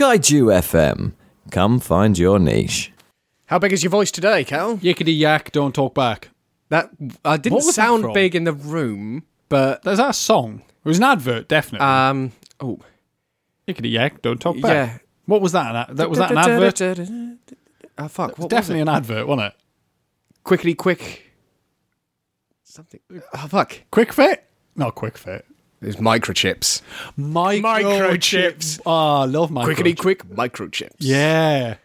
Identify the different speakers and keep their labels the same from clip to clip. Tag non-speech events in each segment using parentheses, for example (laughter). Speaker 1: Kaiju FM, come find your niche.
Speaker 2: How big is your voice today, Cal?
Speaker 3: Yickety yak, don't talk back.
Speaker 2: That I didn't
Speaker 3: What was that
Speaker 2: sound
Speaker 3: from?
Speaker 2: big in the room, but
Speaker 3: There's that a song. It was an advert, definitely.
Speaker 2: um, oh
Speaker 3: Yickety yak, don't talk back.
Speaker 2: yeah,
Speaker 3: What was that? That- That was that an advert?
Speaker 2: Oh fuck! What
Speaker 3: Definitely
Speaker 2: was
Speaker 3: an advert, wasn't it?
Speaker 2: it? quickly, quick. Something. Oh fuck!
Speaker 3: Quick fit? No, quick fit.
Speaker 2: There's microchips. Microchips.
Speaker 3: Microchips. Oh, I love microchips.
Speaker 2: Quickly, quick microchips.
Speaker 3: Yeah.
Speaker 2: (laughs)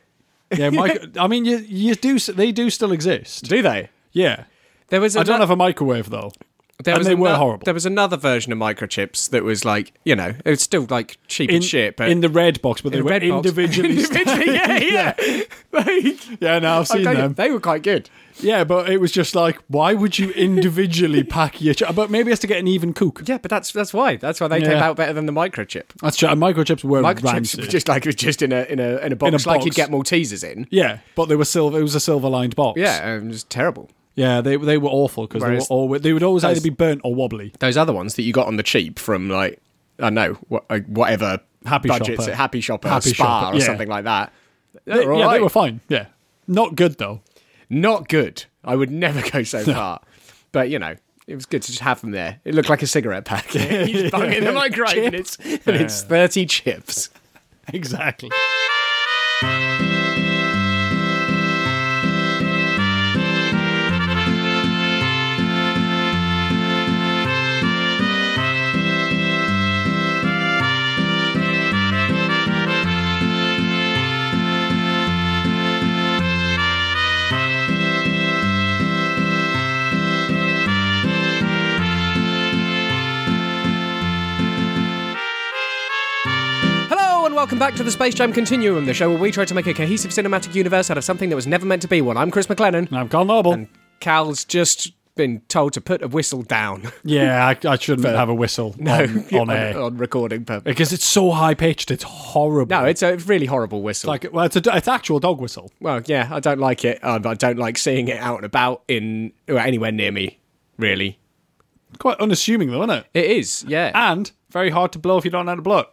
Speaker 3: Yeah, mic- I mean, you, you do. s- They do still exist.
Speaker 2: Do they?
Speaker 3: Yeah.
Speaker 2: There was.
Speaker 3: I don't
Speaker 2: ano-
Speaker 3: have a microwave though.
Speaker 2: There
Speaker 3: and
Speaker 2: was
Speaker 3: they were
Speaker 2: ano-
Speaker 3: horrible.
Speaker 2: There was another version of microchips that was like, you know, it was still like cheap
Speaker 3: In
Speaker 2: as shit, but
Speaker 3: in the red box, but they
Speaker 2: the
Speaker 3: were
Speaker 2: red box. (laughs)
Speaker 3: individually.
Speaker 2: Individually,
Speaker 3: (laughs)
Speaker 2: yeah, yeah. Like,
Speaker 3: yeah, no, I've
Speaker 2: I
Speaker 3: seen
Speaker 2: tell you,
Speaker 3: them.
Speaker 2: They were quite good.
Speaker 3: Yeah, but it was just like, why would you (laughs) individually pack your? Ch- but maybe it's to get an even cook.
Speaker 2: Yeah, but that's that's why. That's why they came
Speaker 3: Yeah. Oh,
Speaker 2: out better than the microchip.
Speaker 3: That's true. and Microchips were
Speaker 2: Microchips
Speaker 3: rancid.
Speaker 2: were just like it was just in a in a in a box like you'd
Speaker 3: box.
Speaker 2: get Maltesers in.
Speaker 3: yeah, but they were silver. It was a silver lined box.
Speaker 2: Yeah, um, it was terrible.
Speaker 3: yeah. They they were awful because they were
Speaker 2: Whereas-
Speaker 3: always they would always either be burnt or wobbly.
Speaker 2: Those other ones that you got on the cheap from like I don't know what, uh, whatever
Speaker 3: Happy
Speaker 2: budgets,
Speaker 3: Shopper.
Speaker 2: Happy Shopper,
Speaker 3: Happy
Speaker 2: Spa
Speaker 3: Shopper,
Speaker 2: or
Speaker 3: yeah.
Speaker 2: something like that. They
Speaker 3: They-
Speaker 2: were all
Speaker 3: yeah, they
Speaker 2: right.
Speaker 3: were fine. Yeah, not good though.
Speaker 2: Not good. I would never go so far. But you know, it was good to just have them there. It looked like a cigarette pack. (laughs) you just bung it in the microwave and it's and it's thirty chips.
Speaker 3: (laughs) Exactly.
Speaker 2: Hello and welcome back to the Space Jam Continuum, the show where we try to make a cohesive cinematic universe out of something that was never meant to be one. I'm Chris McLennan.
Speaker 3: And I'm Carl Noble.
Speaker 2: Cal's just been told to put a whistle down. (laughs)
Speaker 3: yeah, I, I shouldn't have a whistle (laughs) on, on air
Speaker 2: on recording purpose.
Speaker 3: because it's so high pitched. It's horrible.
Speaker 2: No, it's a really horrible whistle.
Speaker 3: like well, it's a it's actual dog whistle.
Speaker 2: well, yeah, I don't like it. Um, I don't like seeing it out and about in well, anywhere near me. Really,
Speaker 3: Quite unassuming though, isn't it?
Speaker 2: it is. Yeah.
Speaker 3: And very hard to blow if you don't know how to blow. it.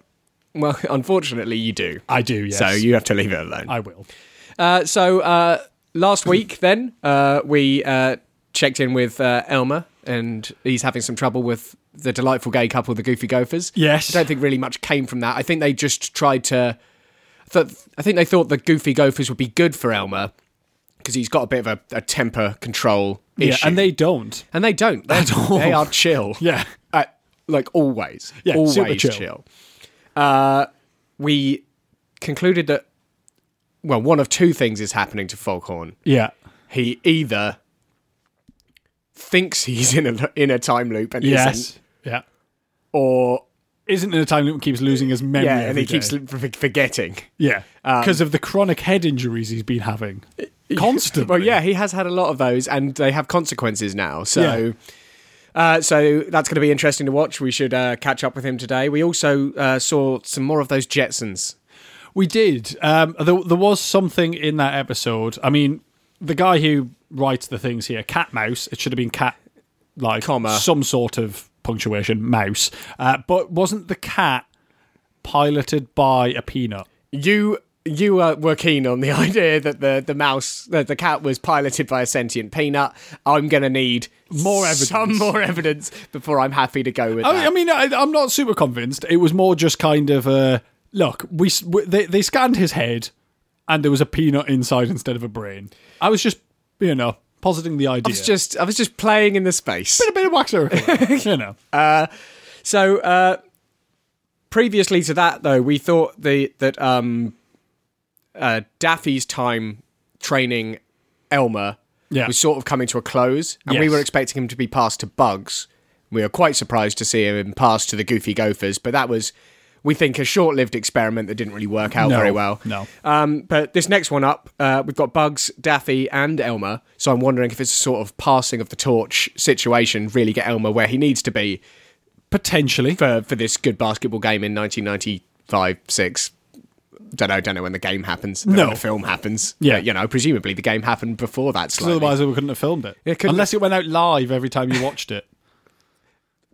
Speaker 2: well, (laughs) unfortunately, you do.
Speaker 3: I do. Yes.
Speaker 2: So you have to leave it alone.
Speaker 3: I will.
Speaker 2: Uh, so uh, last
Speaker 3: (laughs)
Speaker 2: week, then uh, we uh, checked in with uh, Elmer, and he's having some trouble with the delightful gay couple, the Goofy Gophers.
Speaker 3: Yes.
Speaker 2: I don't think really much came from that. I think they just tried to. Th- I think they thought the Goofy Gophers would be good for Elmer because he's got a bit of a, a temper control issue,
Speaker 3: Yeah, and they don't.
Speaker 2: and they
Speaker 3: (laughs)
Speaker 2: don't. They're- They are chill.
Speaker 3: Yeah.
Speaker 2: Uh, like always.
Speaker 3: Yeah,
Speaker 2: always
Speaker 3: super
Speaker 2: chill.
Speaker 3: chill.
Speaker 2: Uh, we concluded that well, one of two things is happening to Foghorn.
Speaker 3: Yeah.
Speaker 2: He either thinks he's in a in a time loop and
Speaker 3: Yes.
Speaker 2: isn't,
Speaker 3: Yeah.
Speaker 2: or
Speaker 3: Isn't in a time loop and keeps losing his memory.
Speaker 2: yeah, and
Speaker 3: every
Speaker 2: he
Speaker 3: day.
Speaker 2: keeps l- f- forgetting.
Speaker 3: Yeah. Because of the chronic head injuries he's been having. Constantly.
Speaker 2: (laughs) Well, yeah, he has had a lot of those, and they have consequences now. So, uh, so that's going to be interesting to watch. We should uh, catch up with him today. We also uh, saw some more of those Jetsons.
Speaker 3: We did. Um, there, there was something in that episode. I mean, the guy who writes the things here, Cat Mouse, it should have been cat, like,
Speaker 2: Comma.
Speaker 3: some sort of punctuation, mouse. Uh, but wasn't the cat piloted by a peanut?
Speaker 2: You you uh, were keen on the (laughs) idea that the the mouse that the cat was piloted by a sentient peanut. I'm going to need
Speaker 3: More evidence.
Speaker 2: some more evidence before I'm happy to go with
Speaker 3: I,
Speaker 2: that.
Speaker 3: I mean, I, I'm not super convinced. It was more just kind of uh, look. We, s- w they they scanned his head, and there was a peanut inside instead of a brain. I was just you know positing the idea.
Speaker 2: I was just I was just playing in the space.
Speaker 3: a bit of wax (laughs) lyrical, you know.
Speaker 2: So uh, previously to that, though, we thought the that um, uh, Daffy's time training Elmer
Speaker 3: Yeah.
Speaker 2: was sort of coming to a close, and we
Speaker 3: Yes.
Speaker 2: were expecting him to be passed to Bugs. We were quite surprised to see him passed to the Goofy Gophers, but that was, we think, a short-lived experiment that didn't really work out
Speaker 3: No,
Speaker 2: very well.
Speaker 3: no.
Speaker 2: Um, but this next one up, uh, we've got Bugs, Daffy, and Elmer. So I'm wondering if it's a sort of passing of the torch situation, really get Elmer where he needs to be
Speaker 3: Potentially,
Speaker 2: for for this good basketball game in 1995 6 don't know don't know when the game happens
Speaker 3: No.
Speaker 2: when the film happens
Speaker 3: Yeah.
Speaker 2: But, you know presumably the game happened before that slightly.
Speaker 3: otherwise we couldn't have filmed it.
Speaker 2: couldn't
Speaker 3: Unless it went out live every time you watched it.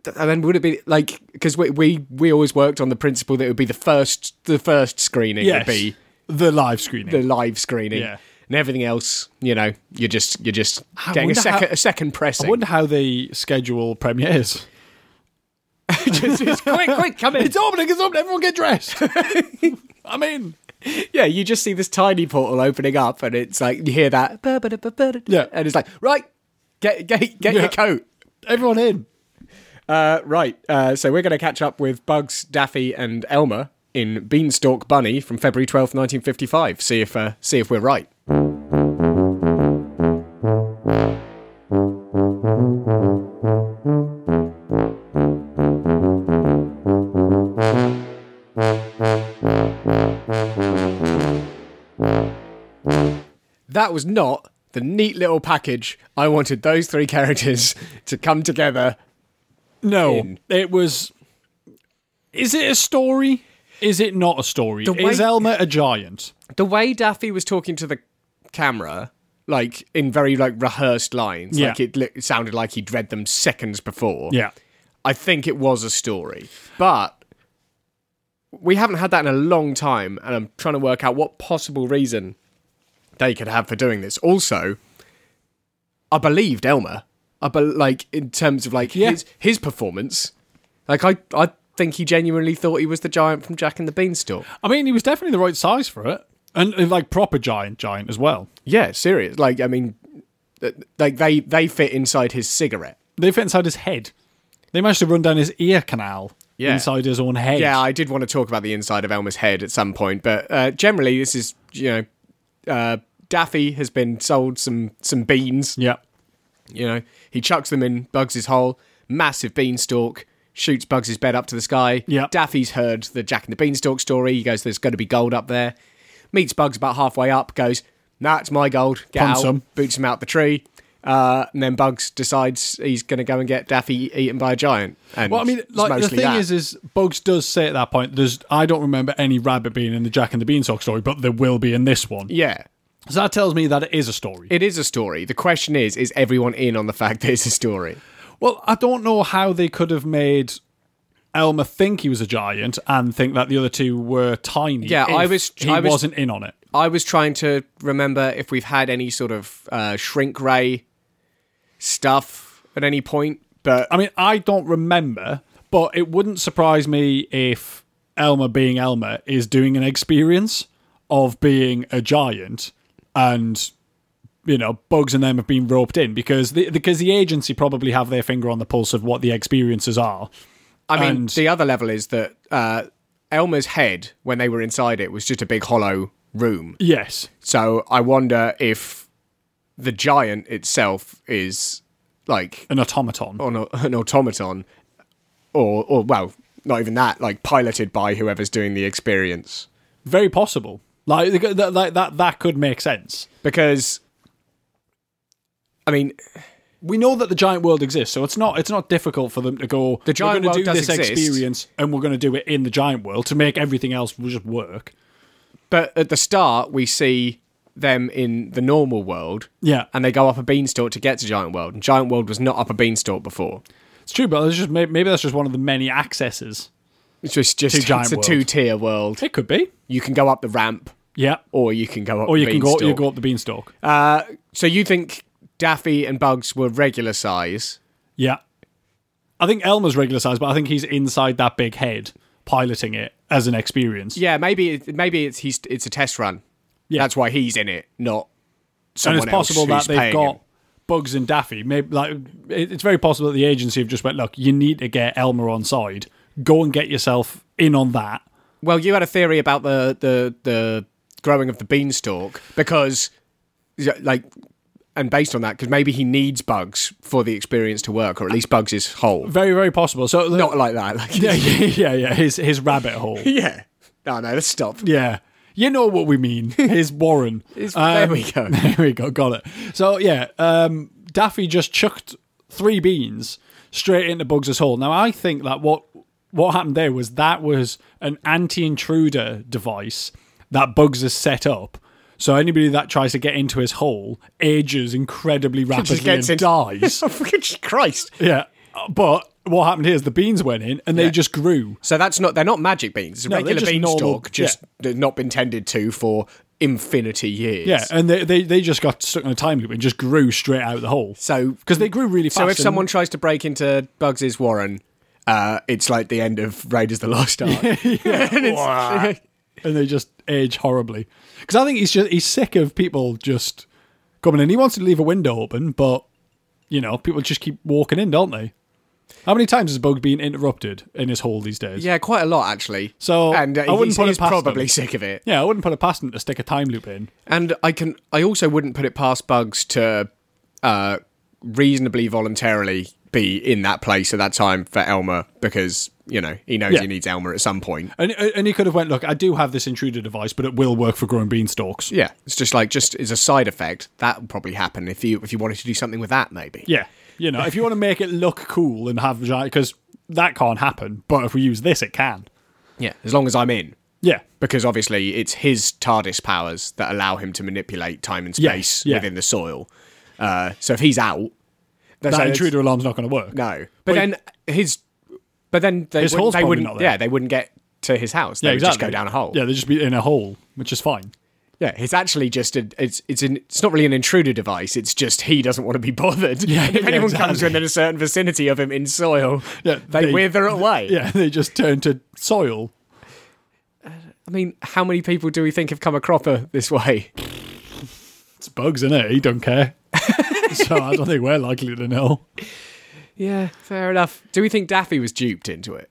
Speaker 2: and then would it be like because we, we we always worked on the principle that it would be the first the first screening
Speaker 3: (laughs) Yes.
Speaker 2: would be
Speaker 3: the live screening.
Speaker 2: the live screening
Speaker 3: Yeah.
Speaker 2: and everything else you know you're just you're just
Speaker 3: I
Speaker 2: getting a
Speaker 3: wonder how-
Speaker 2: second a second pressing.
Speaker 3: I wonder how they schedule premieres.
Speaker 2: (laughs) Just- just quick quick come in.
Speaker 3: (laughs) It's opening, it's opening, everyone get dressed. (laughs) I mean,
Speaker 2: Yeah, you just see this tiny portal opening up, and it's like you hear that.
Speaker 3: Yeah.
Speaker 2: and it's like right, get get get
Speaker 3: Yeah.
Speaker 2: your coat.
Speaker 3: everyone in.
Speaker 2: Uh, right, uh, so we're going to catch up with Bugs, Daffy, and Elmer in Beanstalk Bunny from February twelfth, nineteen fifty-five. See if uh, see if we're right. That was not the neat little package I wanted those three characters (laughs) to come together
Speaker 3: No,
Speaker 2: In.
Speaker 3: it was. Is it a story? Is it not a story?
Speaker 2: way-
Speaker 3: is Elmer a giant?
Speaker 2: the way Daffy was talking to the camera, like in very like rehearsed lines,
Speaker 3: Yeah.
Speaker 2: like it, li- it sounded like he'd read them seconds before.
Speaker 3: Yeah.
Speaker 2: I think it was a story, but we haven't had that in a long time, and I'm trying to work out what possible reason they could have for doing this. Also, I believed Elmer. I be- like in terms of like
Speaker 3: Yeah.
Speaker 2: his his performance. Like I I think he genuinely thought he was the giant from Jack and the Beanstalk.
Speaker 3: I mean, he was definitely the right size for it, and, and like proper giant, giant as well.
Speaker 2: Yeah, serious. Like I mean, th- like they they fit inside his cigarette.
Speaker 3: They fit inside his head. They managed to run down his ear canal
Speaker 2: Yeah.
Speaker 3: inside his own head.
Speaker 2: Yeah, I did want to talk about the inside of Elmer's head at some point, but uh, generally this is you know, uh, Daffy has been sold some some beans.
Speaker 3: yeah.
Speaker 2: You know, he chucks them in Bugs's hole. Massive beanstalk shoots Bugs's bed up to the sky.
Speaker 3: Yeah.
Speaker 2: Daffy's heard the Jack and the Beanstalk story. He goes, "There's going to be gold up there." Meets Bugs about halfway up. Goes, "Nah, it's my gold." Get
Speaker 3: Punt
Speaker 2: out.
Speaker 3: some.
Speaker 2: Boots him out the tree. Uh, and then Bugs decides he's going to go and get Daffy eaten by a giant. And
Speaker 3: Well, I mean,
Speaker 2: it's
Speaker 3: like the
Speaker 2: mostly
Speaker 3: thing
Speaker 2: that.
Speaker 3: is, is Bugs does say at that point, "There's I don't remember any rabbit being in the Jack and the Beanstalk story, but there will be in this one."
Speaker 2: yeah,
Speaker 3: So that tells me that it is a story.
Speaker 2: it is a story. The question is, is everyone in on the fact (laughs) that it's a story?
Speaker 3: Well, I don't know how they could have made Elmer think he was a giant and think that the other two were tiny.
Speaker 2: Yeah,
Speaker 3: if
Speaker 2: I was-
Speaker 3: He
Speaker 2: I was-
Speaker 3: wasn't in on it.
Speaker 2: I was trying to remember if we've had any sort of uh, shrink ray stuff at any point, but
Speaker 3: I mean, I don't remember, but it wouldn't surprise me if Elmer, being Elmer, is doing an experience of being a giant and. You know, bugs and them have been roped in because the because the agency probably have their finger on the pulse of what the experiences are.
Speaker 2: I mean,
Speaker 3: and-
Speaker 2: the other level is that uh, Elmer's head, when they were inside it, was just a big hollow room.
Speaker 3: Yes,
Speaker 2: So I wonder if the giant itself is like
Speaker 3: an automaton.
Speaker 2: on a, an automaton, or or well, not even that, like piloted by whoever's doing the experience.
Speaker 3: Very possible. Like th- th- like that that could make sense.
Speaker 2: Because, I mean,
Speaker 3: we know that the giant world exists, so it's not it's not difficult for them to go.
Speaker 2: The giant
Speaker 3: we're gonna
Speaker 2: world
Speaker 3: do
Speaker 2: does
Speaker 3: this
Speaker 2: exist."
Speaker 3: experience, and we're going to do it in the giant world to make everything else just work.
Speaker 2: but at the start we see them in the normal world,
Speaker 3: Yeah,
Speaker 2: and they go up a beanstalk to get to Giant World. And Giant World was not up a beanstalk before.
Speaker 3: it's true, but it's just may- maybe that's just one of the many accesses.
Speaker 2: It's just, just
Speaker 3: To Giant
Speaker 2: it's a
Speaker 3: World.
Speaker 2: two tier world.
Speaker 3: It could be.
Speaker 2: You can go up the ramp,
Speaker 3: Yeah,
Speaker 2: or you can go up.
Speaker 3: or you
Speaker 2: the
Speaker 3: can go
Speaker 2: beanstalk.
Speaker 3: you go up the beanstalk.
Speaker 2: Uh, so you think Daffy and Bugs were regular size?
Speaker 3: yeah, I think Elmer's regular size, but I think he's inside that big head, piloting it as an experience.
Speaker 2: Yeah, maybe it- maybe it's he's it's a test run.
Speaker 3: Yeah.
Speaker 2: that's why he's in it, not.
Speaker 3: and
Speaker 2: Someone
Speaker 3: it's possible
Speaker 2: else
Speaker 3: that
Speaker 2: who's
Speaker 3: they've
Speaker 2: paying
Speaker 3: got
Speaker 2: him.
Speaker 3: Bugs and Daffy. Maybe like it- it's very possible that the agency have just went, look, you need to get Elmer on side. Go and get yourself in on that.
Speaker 2: Well, you had a theory about the the the growing of the beanstalk because, yeah, like, and based on that, because maybe he needs Bugs for the experience to work, or at least Bugs is whole.
Speaker 3: Very, very possible. So
Speaker 2: Not like that. Like, (laughs)
Speaker 3: (laughs) yeah, yeah, yeah, yeah. His his rabbit hole.
Speaker 2: yeah. No, no. Let's stop.
Speaker 3: (laughs) Yeah. You know what we mean. His Warren.
Speaker 2: It's-
Speaker 3: Um,
Speaker 2: there we go.
Speaker 3: (laughs) There we go. Got it. So yeah, um, Daffy just chucked three beans straight into Bugs' hole. Now I think that what what happened there was that was an anti-intruder device that Bugs has set up. So anybody that tries to get into his hole ages incredibly rapidly
Speaker 2: gets
Speaker 3: and
Speaker 2: in. (laughs)
Speaker 3: dies.
Speaker 2: Oh, for goodness Christ.
Speaker 3: yeah, but what happened here is the beans went in and they just grew.
Speaker 2: So that's not they're not magic beans. It's a
Speaker 3: No, they're
Speaker 2: regular
Speaker 3: just normal-
Speaker 2: beanstalk, just they've not been tended to for infinity years.
Speaker 3: Yeah, uh, and they, they, they just got stuck in a time loop and just grew straight out of the hole.
Speaker 2: So
Speaker 3: because they grew really fast.
Speaker 2: so if
Speaker 3: and-
Speaker 2: someone tries to break into Bugs's Warren, uh, it's like the end of Raiders: The Lost
Speaker 3: (laughs)
Speaker 2: Ark. And it's-
Speaker 3: and they just age horribly. Because I think he's just he's sick of people just coming in. He wants to leave a window open, but you know, people just keep walking in, don't they? How many times has Bug been interrupted in his hole these days?
Speaker 2: yeah, quite a lot actually.
Speaker 3: So,
Speaker 2: and uh,
Speaker 3: I wouldn't
Speaker 2: he's,
Speaker 3: put it
Speaker 2: he's
Speaker 3: past them.
Speaker 2: probably sick of it.
Speaker 3: Yeah, I wouldn't put it past him to stick a time loop in.
Speaker 2: And I can I also wouldn't put it past Bugs to uh, reasonably voluntarily be in that place at that time for Elmer because you know he knows
Speaker 3: Yeah.
Speaker 2: he needs Elmer at some point.
Speaker 3: And and he could have went, look, I do have this intruder device, but it will work for growing beanstalks.
Speaker 2: Yeah, it's just like just as a side effect that would probably happen if you if you wanted to do something with that maybe.
Speaker 3: Yeah, you know, if you want to make it look cool and have because that can't happen, but if we use this, it can.
Speaker 2: yeah. As long as I'm in,
Speaker 3: Yeah,
Speaker 2: because obviously it's his TARDIS powers that allow him to manipulate time and
Speaker 3: Yeah,
Speaker 2: space
Speaker 3: yeah.
Speaker 2: within the soil. Uh, so if he's out,
Speaker 3: that
Speaker 2: so it's-
Speaker 3: intruder alarm's not going to work.
Speaker 2: No, but
Speaker 3: Well,
Speaker 2: then his, but then they
Speaker 3: His
Speaker 2: wouldn't.
Speaker 3: hole's
Speaker 2: They
Speaker 3: probably
Speaker 2: wouldn't
Speaker 3: not there.
Speaker 2: yeah, they wouldn't get to his house. They
Speaker 3: yeah,
Speaker 2: would just
Speaker 3: exactly.
Speaker 2: go down a hole.
Speaker 3: Yeah, they just be in a hole, which is fine.
Speaker 2: Yeah, it's actually just a, it's it's an, it's not really an intruder device. It's just he doesn't want to be (laughs) bothered.
Speaker 3: Yeah,
Speaker 2: And if
Speaker 3: yeah,
Speaker 2: anyone comes
Speaker 3: exactly.
Speaker 2: within a certain vicinity of him in soil,
Speaker 3: Yeah,
Speaker 2: they,
Speaker 3: they-
Speaker 2: wither away.
Speaker 3: Yeah, (laughs) they just turn to soil.
Speaker 2: I mean, how many people do we think have come a cropper this way?
Speaker 3: It's bugs in it. He
Speaker 2: (laughs)
Speaker 3: don't care. so I don't think we're likely to know.
Speaker 2: Yeah, fair enough. Do we think Daffy was duped into it?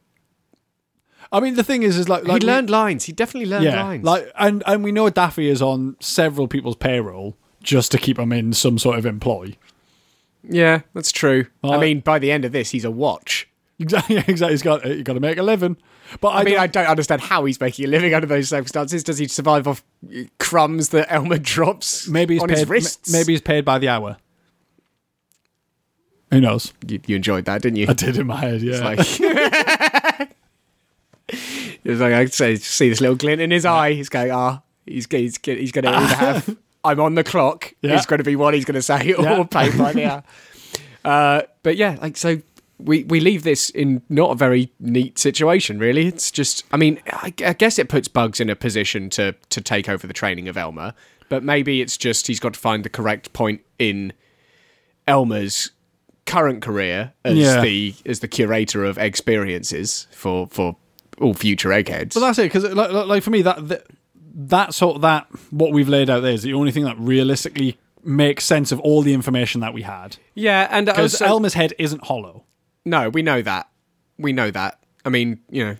Speaker 3: I mean, the thing is, is like, like
Speaker 2: he
Speaker 3: we-
Speaker 2: learned lines. He definitely learned
Speaker 3: yeah,
Speaker 2: lines.
Speaker 3: like, and and we know Daffy is on several people's payroll just to keep him in some sort of employ. (laughs)
Speaker 2: yeah, that's true. I
Speaker 3: Like-
Speaker 2: mean, by the end of this, he's a watch.
Speaker 3: Exactly, exactly. He's got you got to make a living. But I,
Speaker 2: I mean,
Speaker 3: don't-
Speaker 2: I don't understand how he's making a living under those circumstances. Does he survive off uh, crumbs that Elmer drops
Speaker 3: maybe he's
Speaker 2: on
Speaker 3: paid.
Speaker 2: his wrists?
Speaker 3: m- Maybe he's paid by the hour. Who knows?
Speaker 2: You, you enjoyed that, didn't you?
Speaker 3: I did in my head. Yeah.
Speaker 2: It's like,
Speaker 3: (laughs)
Speaker 2: it's like I say, see this little glint in his eye. He's going, ah, he's he's he's going to either have
Speaker 3: (laughs)
Speaker 2: I'm on the clock.
Speaker 3: Yeah.
Speaker 2: It's going to be what he's going to say, or
Speaker 3: Yeah.
Speaker 2: play by the
Speaker 3: (laughs)
Speaker 2: hour. Uh, but yeah, like so. We, we leave this in not a very neat situation, really. It's just, I mean, I, I guess it puts Bugs in a position to to take over the training of Elmer, but maybe it's just he's got to find the correct point in Elmer's current career as
Speaker 3: Yeah.
Speaker 2: the as the curator of experiences for for all future eggheads.
Speaker 3: Well, that's it. Because like, like like for me, that, that that sort of that what we've laid out there is the only thing that realistically makes sense of all the information that we had.
Speaker 2: yeah, and
Speaker 3: Because
Speaker 2: also,
Speaker 3: Elmer's head isn't hollow.
Speaker 2: no, we know that. We know that. I mean, you know,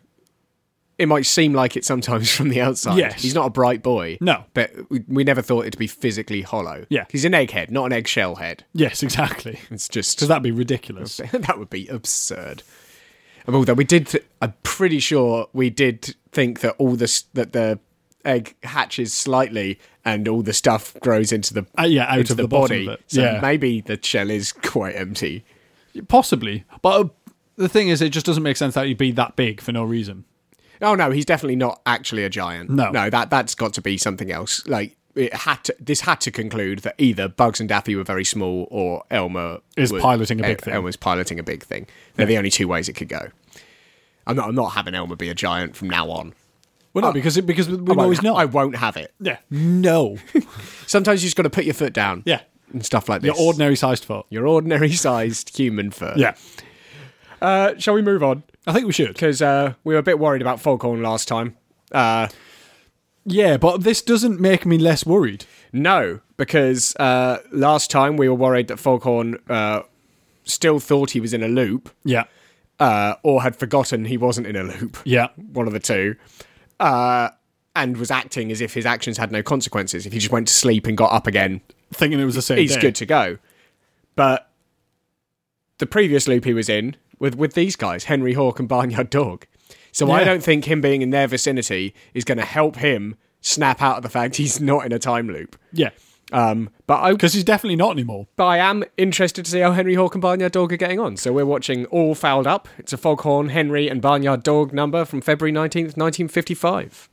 Speaker 2: it might seem like it sometimes (laughs) from the outside.
Speaker 3: Yes.
Speaker 2: he's not a bright boy.
Speaker 3: No.
Speaker 2: but we, we never thought it to be physically hollow.
Speaker 3: Yeah.
Speaker 2: he's an egghead, not an eggshell head.
Speaker 3: Yes, (laughs) exactly.
Speaker 2: It's just
Speaker 3: Because that'd be ridiculous.
Speaker 2: (laughs) that would be absurd. And Although we did, th- I'm pretty sure we did think that all this that the egg hatches slightly and all the stuff grows into the
Speaker 3: Uh, yeah, out
Speaker 2: into
Speaker 3: of
Speaker 2: the,
Speaker 3: the bottom
Speaker 2: body.
Speaker 3: of it.
Speaker 2: So
Speaker 3: Yeah.
Speaker 2: maybe the shell is quite empty.
Speaker 3: Possibly, but uh, the thing is, it just doesn't make sense that he'd be that big for no reason.
Speaker 2: Oh no, he's definitely not actually a giant.
Speaker 3: No.
Speaker 2: no, that that's got to be something else. Like it had to. This had to conclude that either Bugs and Daffy were very small, or Elmer
Speaker 3: Is
Speaker 2: was-
Speaker 3: piloting a big
Speaker 2: El-
Speaker 3: thing.
Speaker 2: Elmer's piloting a big thing. They're the only two ways it could go. I'm not. I'm not having Elmer be a giant from now on.
Speaker 3: Well, no, because it, because we
Speaker 2: I
Speaker 3: know
Speaker 2: won't
Speaker 3: he's
Speaker 2: ha-
Speaker 3: not.
Speaker 2: I won't have it.
Speaker 3: yeah, oh, no. (laughs)
Speaker 2: Sometimes you just got to put your foot down.
Speaker 3: yeah,
Speaker 2: And stuff like this.
Speaker 3: your ordinary sized foot.
Speaker 2: Your ordinary sized human foot. Uh, shall we move on?
Speaker 3: I think we should.
Speaker 2: Because uh, we were a bit worried about Foghorn last time. Uh,
Speaker 3: Yeah, but this doesn't make me less worried.
Speaker 2: no, because uh, last time we were worried that Foghorn uh, still thought he was in a loop
Speaker 3: Yeah,
Speaker 2: uh, or had forgotten he wasn't in a loop. (laughs)
Speaker 3: yeah,
Speaker 2: One of the two. Uh, and was acting as if his actions had no consequences. If he just went to sleep and got up again,
Speaker 3: thinking it was the same.
Speaker 2: he's
Speaker 3: day.
Speaker 2: good to go. But the previous loop he was in with with these guys, Henry Hawk and Barnyard Dog. So I
Speaker 3: Yeah.
Speaker 2: don't think him being in their vicinity is going to help him snap out of the fact (laughs) he's not in a time loop.
Speaker 3: Yeah,
Speaker 2: Um, but I
Speaker 3: because he's definitely not anymore.
Speaker 2: but I am interested to see how Henry Hawk and Barnyard Dog are getting on. So we're watching All Fouled Up. It's a Foghorn, Henry, and Barnyard Dog number from February 19th, 1955.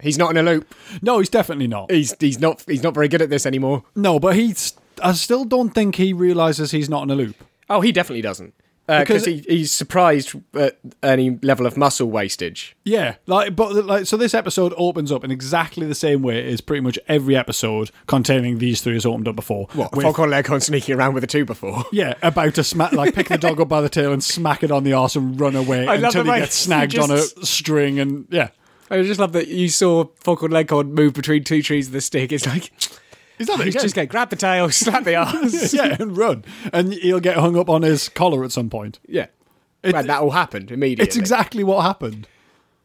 Speaker 2: He's not in a loop.
Speaker 3: No, he's definitely not.
Speaker 2: He's he's not he's not very good at this anymore.
Speaker 3: No, but he's. I still don't think he realizes he's not in a loop.
Speaker 2: Oh, he definitely doesn't. Because
Speaker 3: Because-
Speaker 2: he, he's surprised at any level of muscle wastage.
Speaker 3: Yeah, like, but like, so this episode opens up in exactly the same way as pretty much every episode containing these three has opened up before.
Speaker 2: What?
Speaker 3: with-
Speaker 2: Foghorn Leghorn sneaking around with a two before.
Speaker 3: Yeah, about to smack, like pick the dog up by the tail and smack it on the arse and run away
Speaker 2: I love
Speaker 3: until
Speaker 2: the way
Speaker 3: he gets snagged
Speaker 2: you
Speaker 3: on a
Speaker 2: just-
Speaker 3: string and yeah.
Speaker 2: (laughs) I just love that you saw Foghorn Leghorn move between two trees with a stick. It's like,
Speaker 3: He's done it
Speaker 2: he's
Speaker 3: again.
Speaker 2: just going to grab the tail, (laughs) slap the arse.
Speaker 3: (laughs) yeah, and run, and he'll get hung up on his collar at some point.
Speaker 2: yeah. And that all happened immediately.
Speaker 3: It's exactly what happened.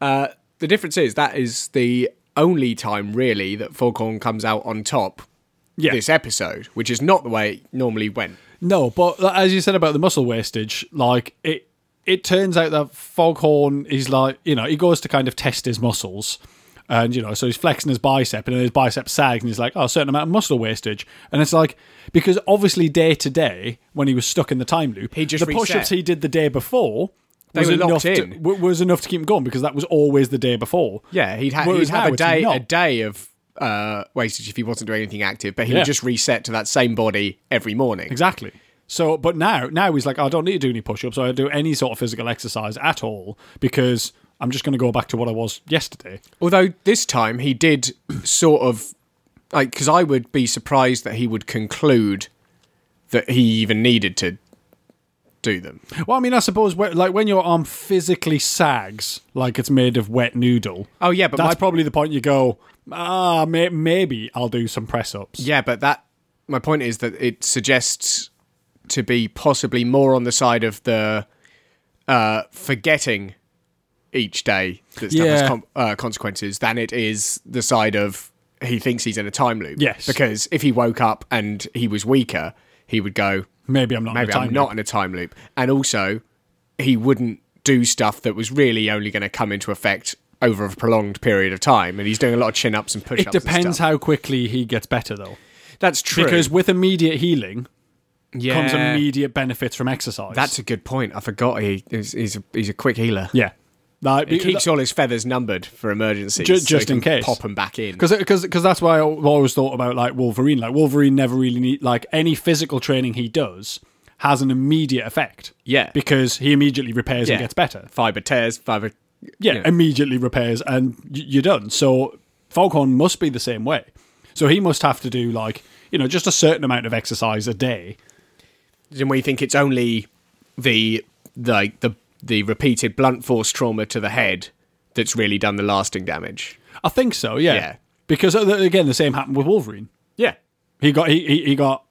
Speaker 2: Uh, the difference is that is the only time, really, that Foghorn comes out on top
Speaker 3: Yeah.
Speaker 2: this episode, which is not the way it normally went.
Speaker 3: No, but like, as you said about the muscle wastage, like it, it turns out that Foghorn is like you know he goes to kind of test his muscles, and you know so he's flexing his bicep and then his bicep sags and he's like oh a certain amount of muscle wastage, and it's like because obviously day to day when he was stuck in the time loop,
Speaker 2: He just
Speaker 3: the
Speaker 2: reset.
Speaker 3: push-ups he did the day before.
Speaker 2: They
Speaker 3: was
Speaker 2: were
Speaker 3: enough
Speaker 2: locked
Speaker 3: to,
Speaker 2: in.
Speaker 3: w- was enough to keep him going because that was always the day before.
Speaker 2: Yeah, he'd, ha- he'd
Speaker 3: Whereas now
Speaker 2: have a
Speaker 3: it's
Speaker 2: day,
Speaker 3: not.
Speaker 2: a day of uh, wastage if he wasn't doing anything active, but he
Speaker 3: Yeah.
Speaker 2: would just reset to that same body every morning.
Speaker 3: Exactly. So, but now, now he's like, I don't need to do any push-ups or do any sort of physical exercise at all because I'm just going to go back to what I was yesterday.
Speaker 2: Although this time he did sort of like because I would be surprised that he would conclude that he even needed to do them.
Speaker 3: Well, I mean, I suppose wh- like when your arm physically sags, like it's made of wet noodle.
Speaker 2: Oh yeah, but
Speaker 3: that's
Speaker 2: my
Speaker 3: probably the point you go. Ah, may- maybe I'll do some press-ups.
Speaker 2: yeah, but that my point is that it suggests to be possibly more on the side of the uh, forgetting each day that stuff has
Speaker 3: Yeah.
Speaker 2: com- uh, consequences than it is the side of he thinks he's in a time loop.
Speaker 3: Yes.
Speaker 2: because if he woke up and he was weaker, he would go.
Speaker 3: Maybe I'm not. in
Speaker 2: maybe
Speaker 3: a time
Speaker 2: I'm
Speaker 3: loop.
Speaker 2: not in a time loop. And also, he wouldn't do stuff that was really only going to come into effect over a prolonged period of time. And he's doing a lot of chin ups and push
Speaker 3: It
Speaker 2: ups.
Speaker 3: depends how quickly he gets better, though,
Speaker 2: That's true.
Speaker 3: because with immediate healing
Speaker 2: yeah,
Speaker 3: comes immediate benefits from exercise.
Speaker 2: that's a good point. I forgot he is he's a, he's a quick healer.
Speaker 3: yeah. Like,
Speaker 2: He keeps all his feathers numbered for emergencies,
Speaker 3: Ju-
Speaker 2: so
Speaker 3: just
Speaker 2: he
Speaker 3: in
Speaker 2: can
Speaker 3: case.
Speaker 2: Pop them back in.
Speaker 3: because because that's why I always thought about like Wolverine. Like Wolverine never really need like any physical training he does has an immediate effect.
Speaker 2: Yeah.
Speaker 3: because he immediately repairs
Speaker 2: Yeah.
Speaker 3: and gets better.
Speaker 2: Fiber tears, fiber.
Speaker 3: Yeah,
Speaker 2: Yeah.
Speaker 3: immediately repairs and y- you're done. So Falcon must be the same way. So he must have to do like you know just a certain amount of exercise a day.
Speaker 2: And we think it's only the like the the repeated blunt force trauma to the head that's really done the lasting damage.
Speaker 3: I think so. Yeah,
Speaker 2: Yeah.
Speaker 3: because uh, again the same happened with Wolverine.
Speaker 2: Yeah,
Speaker 3: He got he he, he got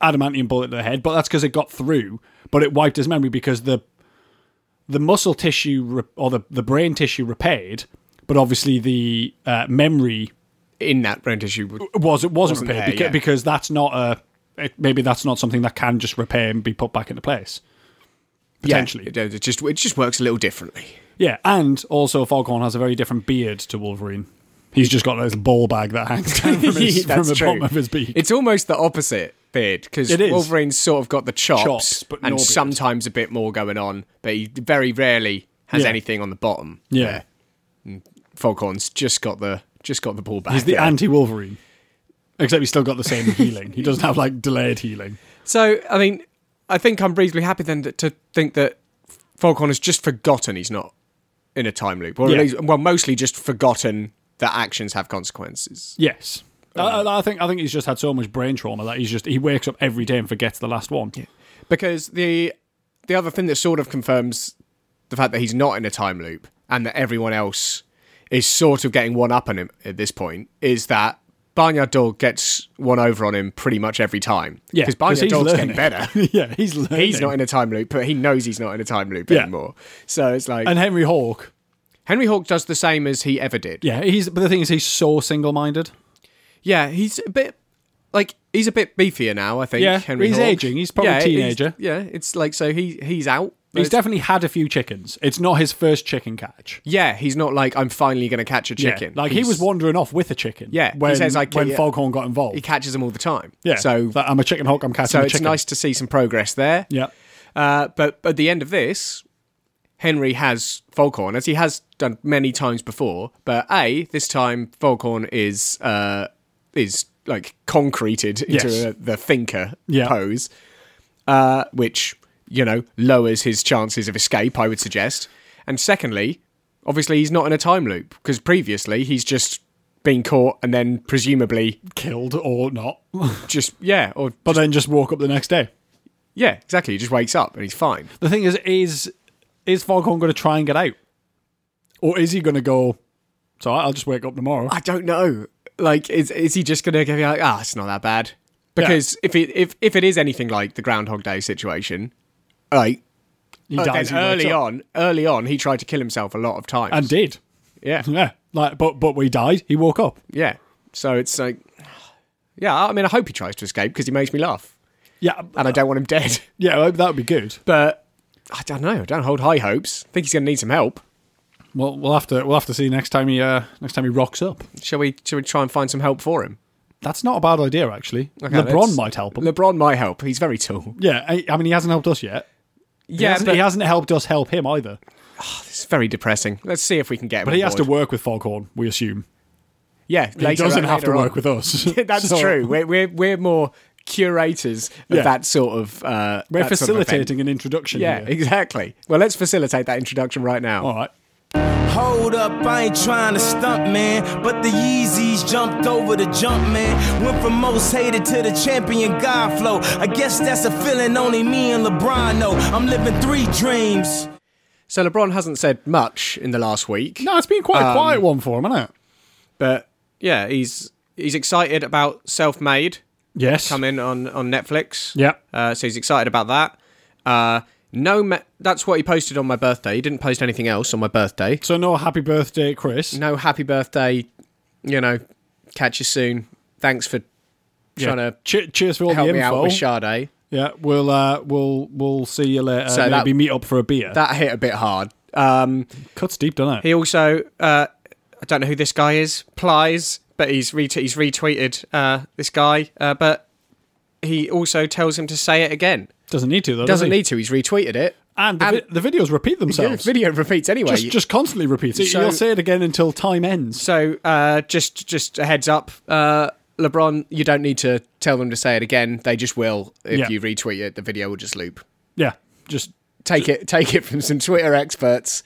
Speaker 3: adamantium bullet to the head, but that's because it got through, but it wiped his memory because the the muscle tissue re- or the the brain tissue repaired, but obviously the uh, memory
Speaker 2: in that brain tissue would
Speaker 3: was it wasn't,
Speaker 2: Wasn't
Speaker 3: repaired
Speaker 2: there,
Speaker 3: beca-
Speaker 2: yeah.
Speaker 3: because that's not a it, maybe that's not something that can just repair and be put back into place. Potentially.
Speaker 2: Yeah, it, it just it just works a little differently.
Speaker 3: Yeah, and also Falcon has a very different beard to Wolverine. He's just got a little ball bag that
Speaker 2: (laughs)
Speaker 3: hangs (laughs) down from, his, from the bottom of his beak.
Speaker 2: It's almost the opposite beard because
Speaker 3: It is.
Speaker 2: Wolverine's sort of got the chops,
Speaker 3: Chops, but
Speaker 2: and
Speaker 3: no beard.
Speaker 2: sometimes a bit more going on, but he very rarely has
Speaker 3: Yeah.
Speaker 2: anything on the bottom.
Speaker 3: yeah.
Speaker 2: there. Foghorn's just got the just got the ball back.
Speaker 3: He's the
Speaker 2: there.
Speaker 3: anti Wolverine. Except he's still got the same healing. He doesn't have like delayed healing.
Speaker 2: so I mean, I think I'm reasonably happy then that, to think that Foghorn has just forgotten he's not in a time loop, or at
Speaker 3: Yeah.
Speaker 2: least well, mostly just forgotten that actions have consequences.
Speaker 3: Yes. I, I- I think I think he's just had so much brain trauma that he's just he wakes up every day and forgets the last one.
Speaker 2: because the the other thing that sort of confirms the fact that he's not in a time loop and that everyone else is sort of getting one up on him at this point is that Barnyard Dog gets one over on him pretty much every time.
Speaker 3: Yeah,
Speaker 2: because
Speaker 3: 'cause
Speaker 2: Barnyard
Speaker 3: he's
Speaker 2: Dog's getting
Speaker 3: learning.
Speaker 2: better.
Speaker 3: (laughs) yeah, (laughs) he's learning.
Speaker 2: He's not in a time loop, but he knows he's not in a time loop
Speaker 3: Yeah.
Speaker 2: anymore. So it's like
Speaker 3: and Henry Hawk.
Speaker 2: Henry Hawk does the same as he ever did.
Speaker 3: Yeah, he's but the thing is he's so single minded.
Speaker 2: Yeah, he's a bit like he's a bit beefier now. I think.
Speaker 3: Yeah,
Speaker 2: Henry
Speaker 3: he's
Speaker 2: Hawke.
Speaker 3: aging, he's probably a
Speaker 2: he's-
Speaker 3: teenager.
Speaker 2: Yeah, it's like so he he's out.
Speaker 3: He's
Speaker 2: It's-
Speaker 3: definitely had a few chickens. It's not his first chicken catch.
Speaker 2: Yeah, he's not like I'm finally going to catch a chicken.
Speaker 3: Yeah, like he was
Speaker 2: He's-
Speaker 3: wandering off with a chicken.
Speaker 2: Yeah, he
Speaker 3: when,
Speaker 2: says, "I ca-
Speaker 3: when
Speaker 2: yeah."
Speaker 3: Foghorn got
Speaker 2: He
Speaker 3: involved.
Speaker 2: catches them all the time.
Speaker 3: Yeah,
Speaker 2: So
Speaker 3: Like, I'm a chicken hawk. I'm catching
Speaker 2: so
Speaker 3: a
Speaker 2: it's
Speaker 3: chicken.
Speaker 2: nice to see some progress there.
Speaker 3: Yeah,
Speaker 2: Uh, but at the end of this, Henry has Volcorn, as he has done many times before, but A, this time Volcorn is uh, is like concreted into
Speaker 3: Yes.
Speaker 2: a, the thinker
Speaker 3: Yeah.
Speaker 2: pose, uh, which, you know, lowers his chances of escape, I would suggest. And secondly, obviously he's not in a time loop, because previously he's just been caught and then presumably
Speaker 3: killed or not, but
Speaker 2: just, yeah, or,
Speaker 3: then just walk up the next day.
Speaker 2: yeah, exactly. He just wakes up and he's fine.
Speaker 3: The thing is, is is Foghorn going to try and get out, or is he going to go? It's all right, I'll just wake up tomorrow.
Speaker 2: I don't know. Like, is is he just gonna be like, ah, it's not that bad? Because if it if if it is anything like the Groundhog Day situation, like
Speaker 3: He
Speaker 2: uh,
Speaker 3: dies.
Speaker 2: then
Speaker 3: he wakes
Speaker 2: early
Speaker 3: up.
Speaker 2: on, early on, he tried to kill himself a lot of times.
Speaker 3: and did.
Speaker 2: yeah,
Speaker 3: Yeah, like but but we died. He woke up.
Speaker 2: yeah. So it's like, yeah. I mean, I hope he tries to escape because he makes me laugh,
Speaker 3: Yeah,
Speaker 2: and I don't want him
Speaker 3: (laughs)
Speaker 2: dead.
Speaker 3: yeah, that would be good.
Speaker 2: But I don't know. I don't hold high hopes. I think he's gonna need some help.
Speaker 3: Well, we'll have to we'll have to see next time he uh, next time he rocks up.
Speaker 2: Shall we? Shall we try and find some help for him?
Speaker 3: That's not a bad idea actually.
Speaker 2: Okay,
Speaker 3: LeBron
Speaker 2: let's-
Speaker 3: might help him.
Speaker 2: LeBron might help. He's very tall.
Speaker 3: yeah, I, I mean he hasn't helped us yet. he
Speaker 2: Yeah,
Speaker 3: hasn't,
Speaker 2: but
Speaker 3: he hasn't helped us help him either.
Speaker 2: it's very depressing. Let's see if we can get him.
Speaker 3: But
Speaker 2: on
Speaker 3: he has
Speaker 2: board.
Speaker 3: to work with Foghorn. We assume
Speaker 2: Yeah,
Speaker 3: he doesn't have to work with us.
Speaker 2: (laughs) That's
Speaker 3: So
Speaker 2: true. We're, we're we're more curators of
Speaker 3: Yeah.
Speaker 2: that sort of. Uh,
Speaker 3: We're
Speaker 2: that sort of event.
Speaker 3: facilitating an introduction.
Speaker 2: yeah,
Speaker 3: here.
Speaker 2: exactly. Well, let's facilitate that introduction right now.
Speaker 3: all right.
Speaker 4: Hold up, I ain't trying to stunt, man. But the Yeezys jumped over the jump, man. Went from most hated to the champion God flow. I guess that's a feeling only me and LeBron know. I'm living three dreams.
Speaker 2: So LeBron hasn't said much in the last week,
Speaker 3: No, it's been quite a quiet one for him, hasn't it?
Speaker 2: Um, but yeah, he's he's excited about Self Made
Speaker 3: Yes.
Speaker 2: coming on on Netflix.
Speaker 3: Yeah.
Speaker 2: Uh, so he's excited about that. Uh, no, me- that's what he posted on my birthday. He didn't post anything else on my birthday.
Speaker 3: So no happy birthday, Chris.
Speaker 2: No happy birthday. You know, catch you soon. Thanks for trying to
Speaker 3: Che- cheers for all
Speaker 2: help
Speaker 3: the
Speaker 2: me
Speaker 3: info.
Speaker 2: out with Sade.
Speaker 3: yeah, we'll uh, we'll we'll see you later.
Speaker 2: So that-
Speaker 3: maybe meet up for a beer.
Speaker 2: That hit a bit hard. Um,
Speaker 3: Cuts deep, doesn't it?
Speaker 2: he also, uh, I don't know who this guy is, Plies, but he's ret- he's retweeted uh, this guy, uh, but he also tells him to say it again.
Speaker 3: doesn't need to though.
Speaker 2: Doesn't
Speaker 3: does he?
Speaker 2: need to. He's retweeted it.
Speaker 3: And the,
Speaker 2: and-
Speaker 3: vi- the videos repeat
Speaker 2: The
Speaker 3: themselves.
Speaker 2: video repeats anyway.
Speaker 3: just just constantly repeats. it.
Speaker 2: So-
Speaker 3: You'll say it again until time ends.
Speaker 2: so uh, just just a heads up, uh, LeBron, you don't need to tell them to say it again. They just will. If
Speaker 3: Yeah.
Speaker 2: you retweet it, the video will just loop.
Speaker 3: Yeah, just
Speaker 2: Take it, take it from some Twitter experts.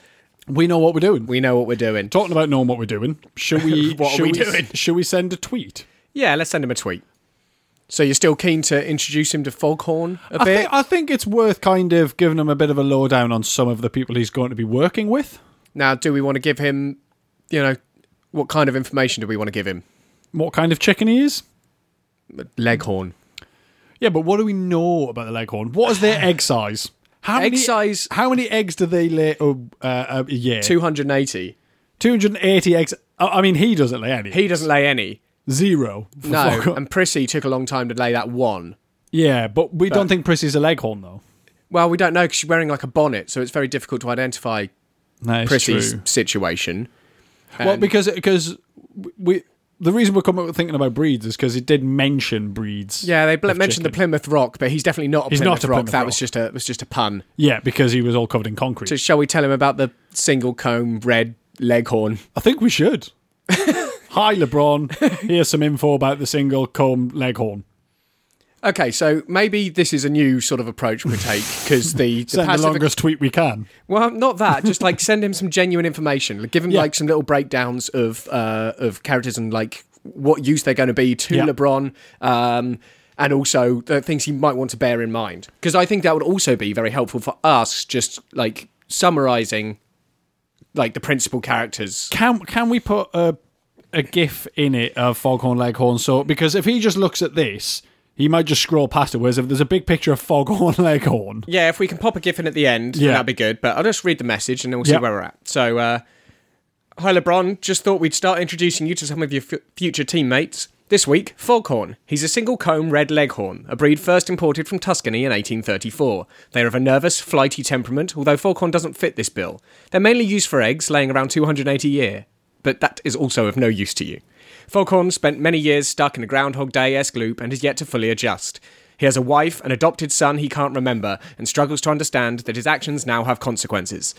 Speaker 3: we know what we're doing.
Speaker 2: We know what we're doing.
Speaker 3: Talking about knowing what we're doing. Should
Speaker 2: (laughs)
Speaker 3: we?
Speaker 2: What are
Speaker 3: should
Speaker 2: we doing?
Speaker 3: Should we send a tweet?
Speaker 2: Yeah, let's send him a tweet. So you're still keen to introduce him to Foghorn a
Speaker 3: I
Speaker 2: bit?
Speaker 3: think, I think it's worth kind of giving him a bit of a lowdown on some of the people he's going to be working with.
Speaker 2: now, do we want to give him, you know, what kind of information do we want to give him?
Speaker 3: What kind of chicken he is.
Speaker 2: Leghorn.
Speaker 3: Yeah, but what do we know about the leghorn? What
Speaker 2: (sighs)
Speaker 3: is their egg size? How
Speaker 2: Egg
Speaker 3: many,
Speaker 2: size-
Speaker 3: How many eggs do they lay a, uh, a year?
Speaker 2: 280.
Speaker 3: Two hundred and eighty eggs. I I mean, he doesn't lay any.
Speaker 2: He doesn't lay any.
Speaker 3: Zero. (laughs) for
Speaker 2: No, um, (laughs)
Speaker 3: Foghorn.
Speaker 2: and Prissy took a long time to lay that one.
Speaker 3: yeah, but we don't think Prissy's a leghorn though.
Speaker 2: Well, we don't know because she's wearing like a bonnet, so it's very difficult to identify
Speaker 3: That is
Speaker 2: Prissy's
Speaker 3: true.
Speaker 2: situation.
Speaker 3: Well,
Speaker 2: And-
Speaker 3: because because we the reason we're coming up with thinking about breeds is because it did mention breeds.
Speaker 2: yeah, they bl-
Speaker 3: of
Speaker 2: mentioned the
Speaker 3: chicken.
Speaker 2: Plymouth Rock, but he's definitely not a
Speaker 3: He's
Speaker 2: Plymouth
Speaker 3: not a
Speaker 2: Rock.
Speaker 3: Plymouth
Speaker 2: that
Speaker 3: Rock.
Speaker 2: was just a was just a pun.
Speaker 3: yeah, because he was all covered in concrete.
Speaker 2: So shall we tell him about the single comb red leghorn?
Speaker 3: I think we (laughs) should. Hi, LeBron. Here's some info about the single comb leghorn.
Speaker 2: Okay, so maybe this is a new sort of approach we take because (laughs) the, the
Speaker 3: Send the
Speaker 2: pacific-
Speaker 3: longest tweet we can.
Speaker 2: well, not that. Just (laughs) like send him some genuine information. Like, give him
Speaker 3: Yeah.
Speaker 2: like some little breakdowns of uh, of characters and like what use they're going to be to
Speaker 3: Yeah.
Speaker 2: LeBron, um, and also the things he might want to bear in mind. Because I think that would also be very helpful for us, just like summarizing like the principal characters.
Speaker 3: Can can we put a a gif in it of Foghorn Leghorn? So because if he just looks at this, he might just scroll past it. Whereas if there's a big picture of Foghorn (laughs) Leghorn,
Speaker 2: Yeah, if we can pop a GIF in at the end,
Speaker 3: Yeah.
Speaker 2: that'd be good. But I'll just read the message and then we'll see
Speaker 3: Yeah.
Speaker 2: where we're at. So, uh, hi LeBron, just thought we'd start introducing you to some of your f- future teammates. This week, Foghorn. He's a single comb red leghorn, a breed first imported from Tuscany in 1834. They are of a nervous, flighty temperament, although Foghorn doesn't fit this bill. They're mainly used for eggs, laying around 280 a year, but that is also of no use to you. Foghorn spent many years stuck in a Groundhog Day esque loop and is yet to fully adjust. He has a wife, an adopted son he can't remember, and struggles to understand that his actions now have consequences.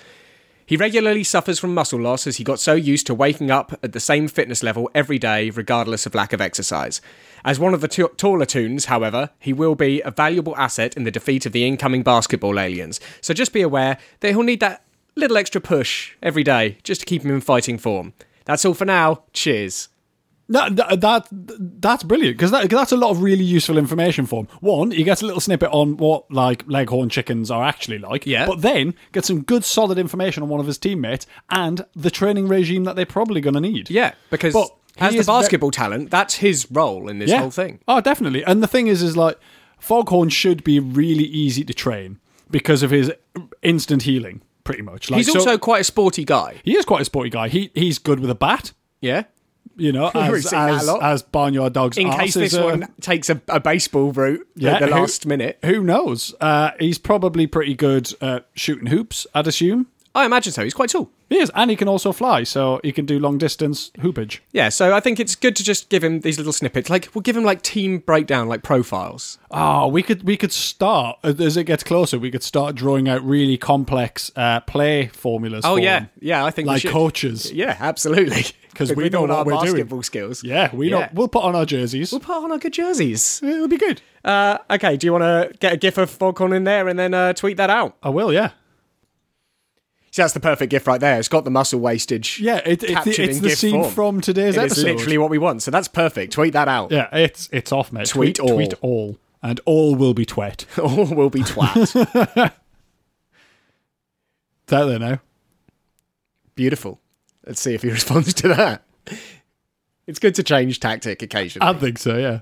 Speaker 2: He regularly suffers from muscle loss as he got so used to waking up at the same fitness level every day, regardless of lack of exercise. As one of the t- taller toons, however, he will be a valuable asset in the defeat of the incoming basketball aliens. So just be aware that he'll need that little extra push every day just to keep him in fighting form. That's all for now. Cheers.
Speaker 3: No, that, that that's brilliant because that, 'cause that's a lot of really useful information for him. One, he gets a little snippet on what like leghorn chickens are actually like.
Speaker 2: Yeah.
Speaker 3: But then gets some good solid information on one of his teammates and the training regime that they're probably going to need.
Speaker 2: Yeah, because
Speaker 3: But he
Speaker 2: as the
Speaker 3: is ve-
Speaker 2: basketball talent, that's his role in this whole thing.
Speaker 3: Oh, definitely. And the thing is, is like Foghorn should be really easy to train because of his instant healing, pretty much. Like,
Speaker 2: He's
Speaker 3: so-
Speaker 2: also quite a sporty guy.
Speaker 3: he is quite a sporty guy. He he's good with a bat.
Speaker 2: Yeah.
Speaker 3: You
Speaker 2: (laughs)
Speaker 3: know,
Speaker 2: already
Speaker 3: as
Speaker 2: seen that a
Speaker 3: as,
Speaker 2: lot.
Speaker 3: as barnyard dogs.
Speaker 2: In
Speaker 3: arse
Speaker 2: case
Speaker 3: is
Speaker 2: this
Speaker 3: a-
Speaker 2: one takes a, a baseball route at the
Speaker 3: uh, who-
Speaker 2: last minute.
Speaker 3: Who knows? Uh, he's probably pretty good at shooting hoops, I'd assume.
Speaker 2: I imagine so. He's quite tall.
Speaker 3: He is, and he can also fly, so he can do long distance hoopage.
Speaker 2: Yeah, so I think it's good to just give him these little snippets. Like we'll give him like team breakdown, like profiles.
Speaker 3: Oh, we could we could start uh, as it gets closer. We could start drawing out really complex uh, play formulas.
Speaker 2: Oh
Speaker 3: for
Speaker 2: yeah,
Speaker 3: him.
Speaker 2: yeah. I think we
Speaker 3: like
Speaker 2: should.
Speaker 3: coaches.
Speaker 2: Yeah, absolutely.
Speaker 3: (laughs) 'Cause
Speaker 2: Like,
Speaker 3: we
Speaker 2: with
Speaker 3: know
Speaker 2: all
Speaker 3: what
Speaker 2: our
Speaker 3: we're doing.
Speaker 2: basketball skills.
Speaker 3: Yeah, we
Speaker 2: Yeah.
Speaker 3: Know, we'll put on our jerseys.
Speaker 2: We'll put on our good jerseys.
Speaker 3: It'll be good.
Speaker 2: Uh, okay, do you want to get a gif of Foghorn in there and then uh, tweet that out?
Speaker 3: I will. Yeah.
Speaker 2: See, that's the perfect gif right there. It's got the muscle wastage.
Speaker 3: Yeah, it, it's
Speaker 2: Captured
Speaker 3: the, it's
Speaker 2: in
Speaker 3: the
Speaker 2: GIF
Speaker 3: scene
Speaker 2: form.
Speaker 3: from today's
Speaker 2: It is
Speaker 3: episode.
Speaker 2: literally what we want. So that's perfect. Tweet that out.
Speaker 3: yeah, it's it's off, mate.
Speaker 2: Tweet all.
Speaker 3: tweet all, and all will be twet.
Speaker 2: (laughs) (laughs) All will
Speaker 3: (laughs)
Speaker 2: be twat.
Speaker 3: It's out there now.
Speaker 2: Beautiful. Let's see if he (laughs) responds to that. It's good to change tactic occasionally.
Speaker 3: I think so. Yeah.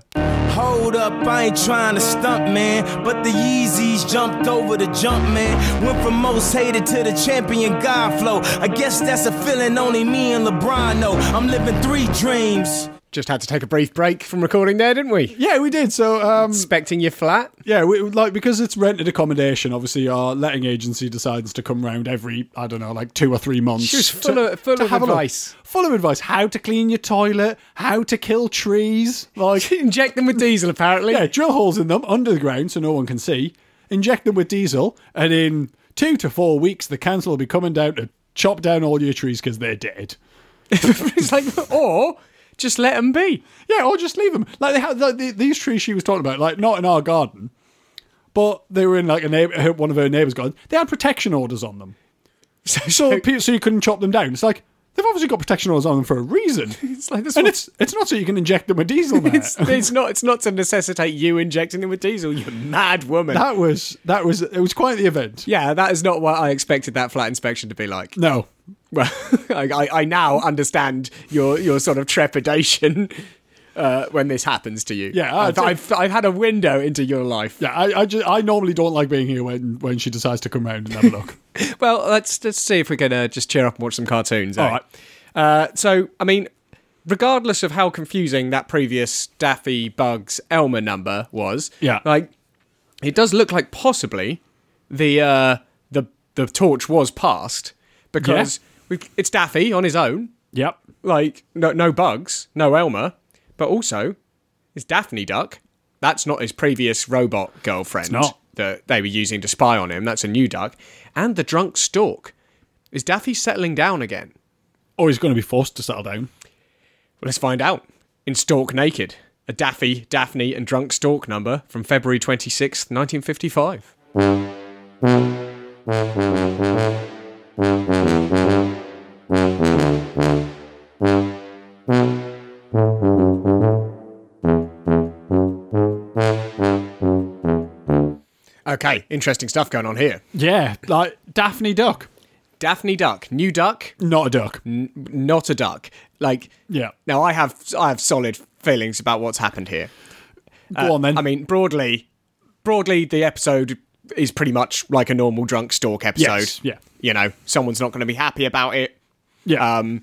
Speaker 4: Hold up, I ain't trying to stunt, man. But the Yeezys jumped over the jump, man. Went from most hated to the champion God flow. I guess that's a feeling only me and LeBron know. I'm living three dreams.
Speaker 2: Just had to take a brief break from recording there, didn't (laughs) we?
Speaker 3: Yeah, we did. So, um,
Speaker 2: Inspecting your flat.
Speaker 3: yeah, we, like because it's rented accommodation. Obviously, our letting agency decides to come round every I don't know, like two or three months.
Speaker 2: She was full of- full of
Speaker 3: have a look.
Speaker 2: advice.
Speaker 3: Full of advice: how to clean your toilet, how to kill trees.
Speaker 2: (laughs)
Speaker 3: Like,
Speaker 2: Inject them with diesel, apparently.
Speaker 3: yeah, drill holes in them underground so no one can see. Inject them with diesel, and in two to four weeks, the council will be coming down to chop down all your trees because they're dead.
Speaker 2: (laughs) it's
Speaker 3: (laughs)
Speaker 2: like, or just let them be. (laughs)
Speaker 3: Yeah, or just leave them. Like they had like, the, these trees she was talking about, like not in our garden, but they were in like a neighbor, her- one of her neighbors' garden. They had protection orders on them,
Speaker 2: So,
Speaker 3: so pe- so you couldn't chop them down. It's like they've obviously got protection orders on them for a reason,
Speaker 2: (laughs) it's like this
Speaker 3: and
Speaker 2: one.
Speaker 3: it's it's not so you can inject them with diesel. There.
Speaker 2: (laughs) It's, it's not. It's not to necessitate you injecting them with diesel. You mad woman.
Speaker 3: that was that was it was quite the event.
Speaker 2: yeah, that is not what I expected that flat inspection to be like.
Speaker 3: No,
Speaker 2: Well, (laughs) I, I, I now understand your your sort of trepidation (laughs) uh, when this happens to you.
Speaker 3: Yeah, I
Speaker 2: I've,
Speaker 3: think-
Speaker 2: I've, I've had a window into your life.
Speaker 3: yeah, I I, ju- I normally don't like being here when when she decides to come round and have
Speaker 2: (laughs)
Speaker 3: a look.
Speaker 2: Well, let's let's see if we can uh, just cheer up and watch some cartoons. eh?
Speaker 3: All right.
Speaker 2: Uh, so, I mean, regardless of how confusing that previous Daffy Bugs Elmer number was,
Speaker 3: Yeah.
Speaker 2: like it does look like possibly the uh, the the torch was passed because we, it's Daffy on his own,
Speaker 3: yep.
Speaker 2: like no no Bugs, no Elmer, but also it's Daphne Duck. That's not his previous robot girlfriend
Speaker 3: not.
Speaker 2: that they were using to spy on him. That's a new duck, and the drunk stork. Is Daffy settling down again?
Speaker 3: Or he's going to be forced to settle down.
Speaker 2: Well, Let's find out. In Stork Naked, a Daffy, Daphne, and Drunk Stork number from February 26th, 1955. Okay, interesting stuff going on here.
Speaker 3: Yeah, like Daphne Duck,
Speaker 2: Daphne Duck, new duck,
Speaker 3: not a duck.
Speaker 2: n- not a duck. Like,
Speaker 3: Yeah.
Speaker 2: now I have I have solid feelings about what's happened here.
Speaker 3: Go on then.
Speaker 2: Uh, I mean, broadly, broadly, the episode is pretty much like a normal drunk stalk episode.
Speaker 3: Yes, yeah.
Speaker 2: You know, someone's not going to be happy about it.
Speaker 3: yeah.
Speaker 2: Um,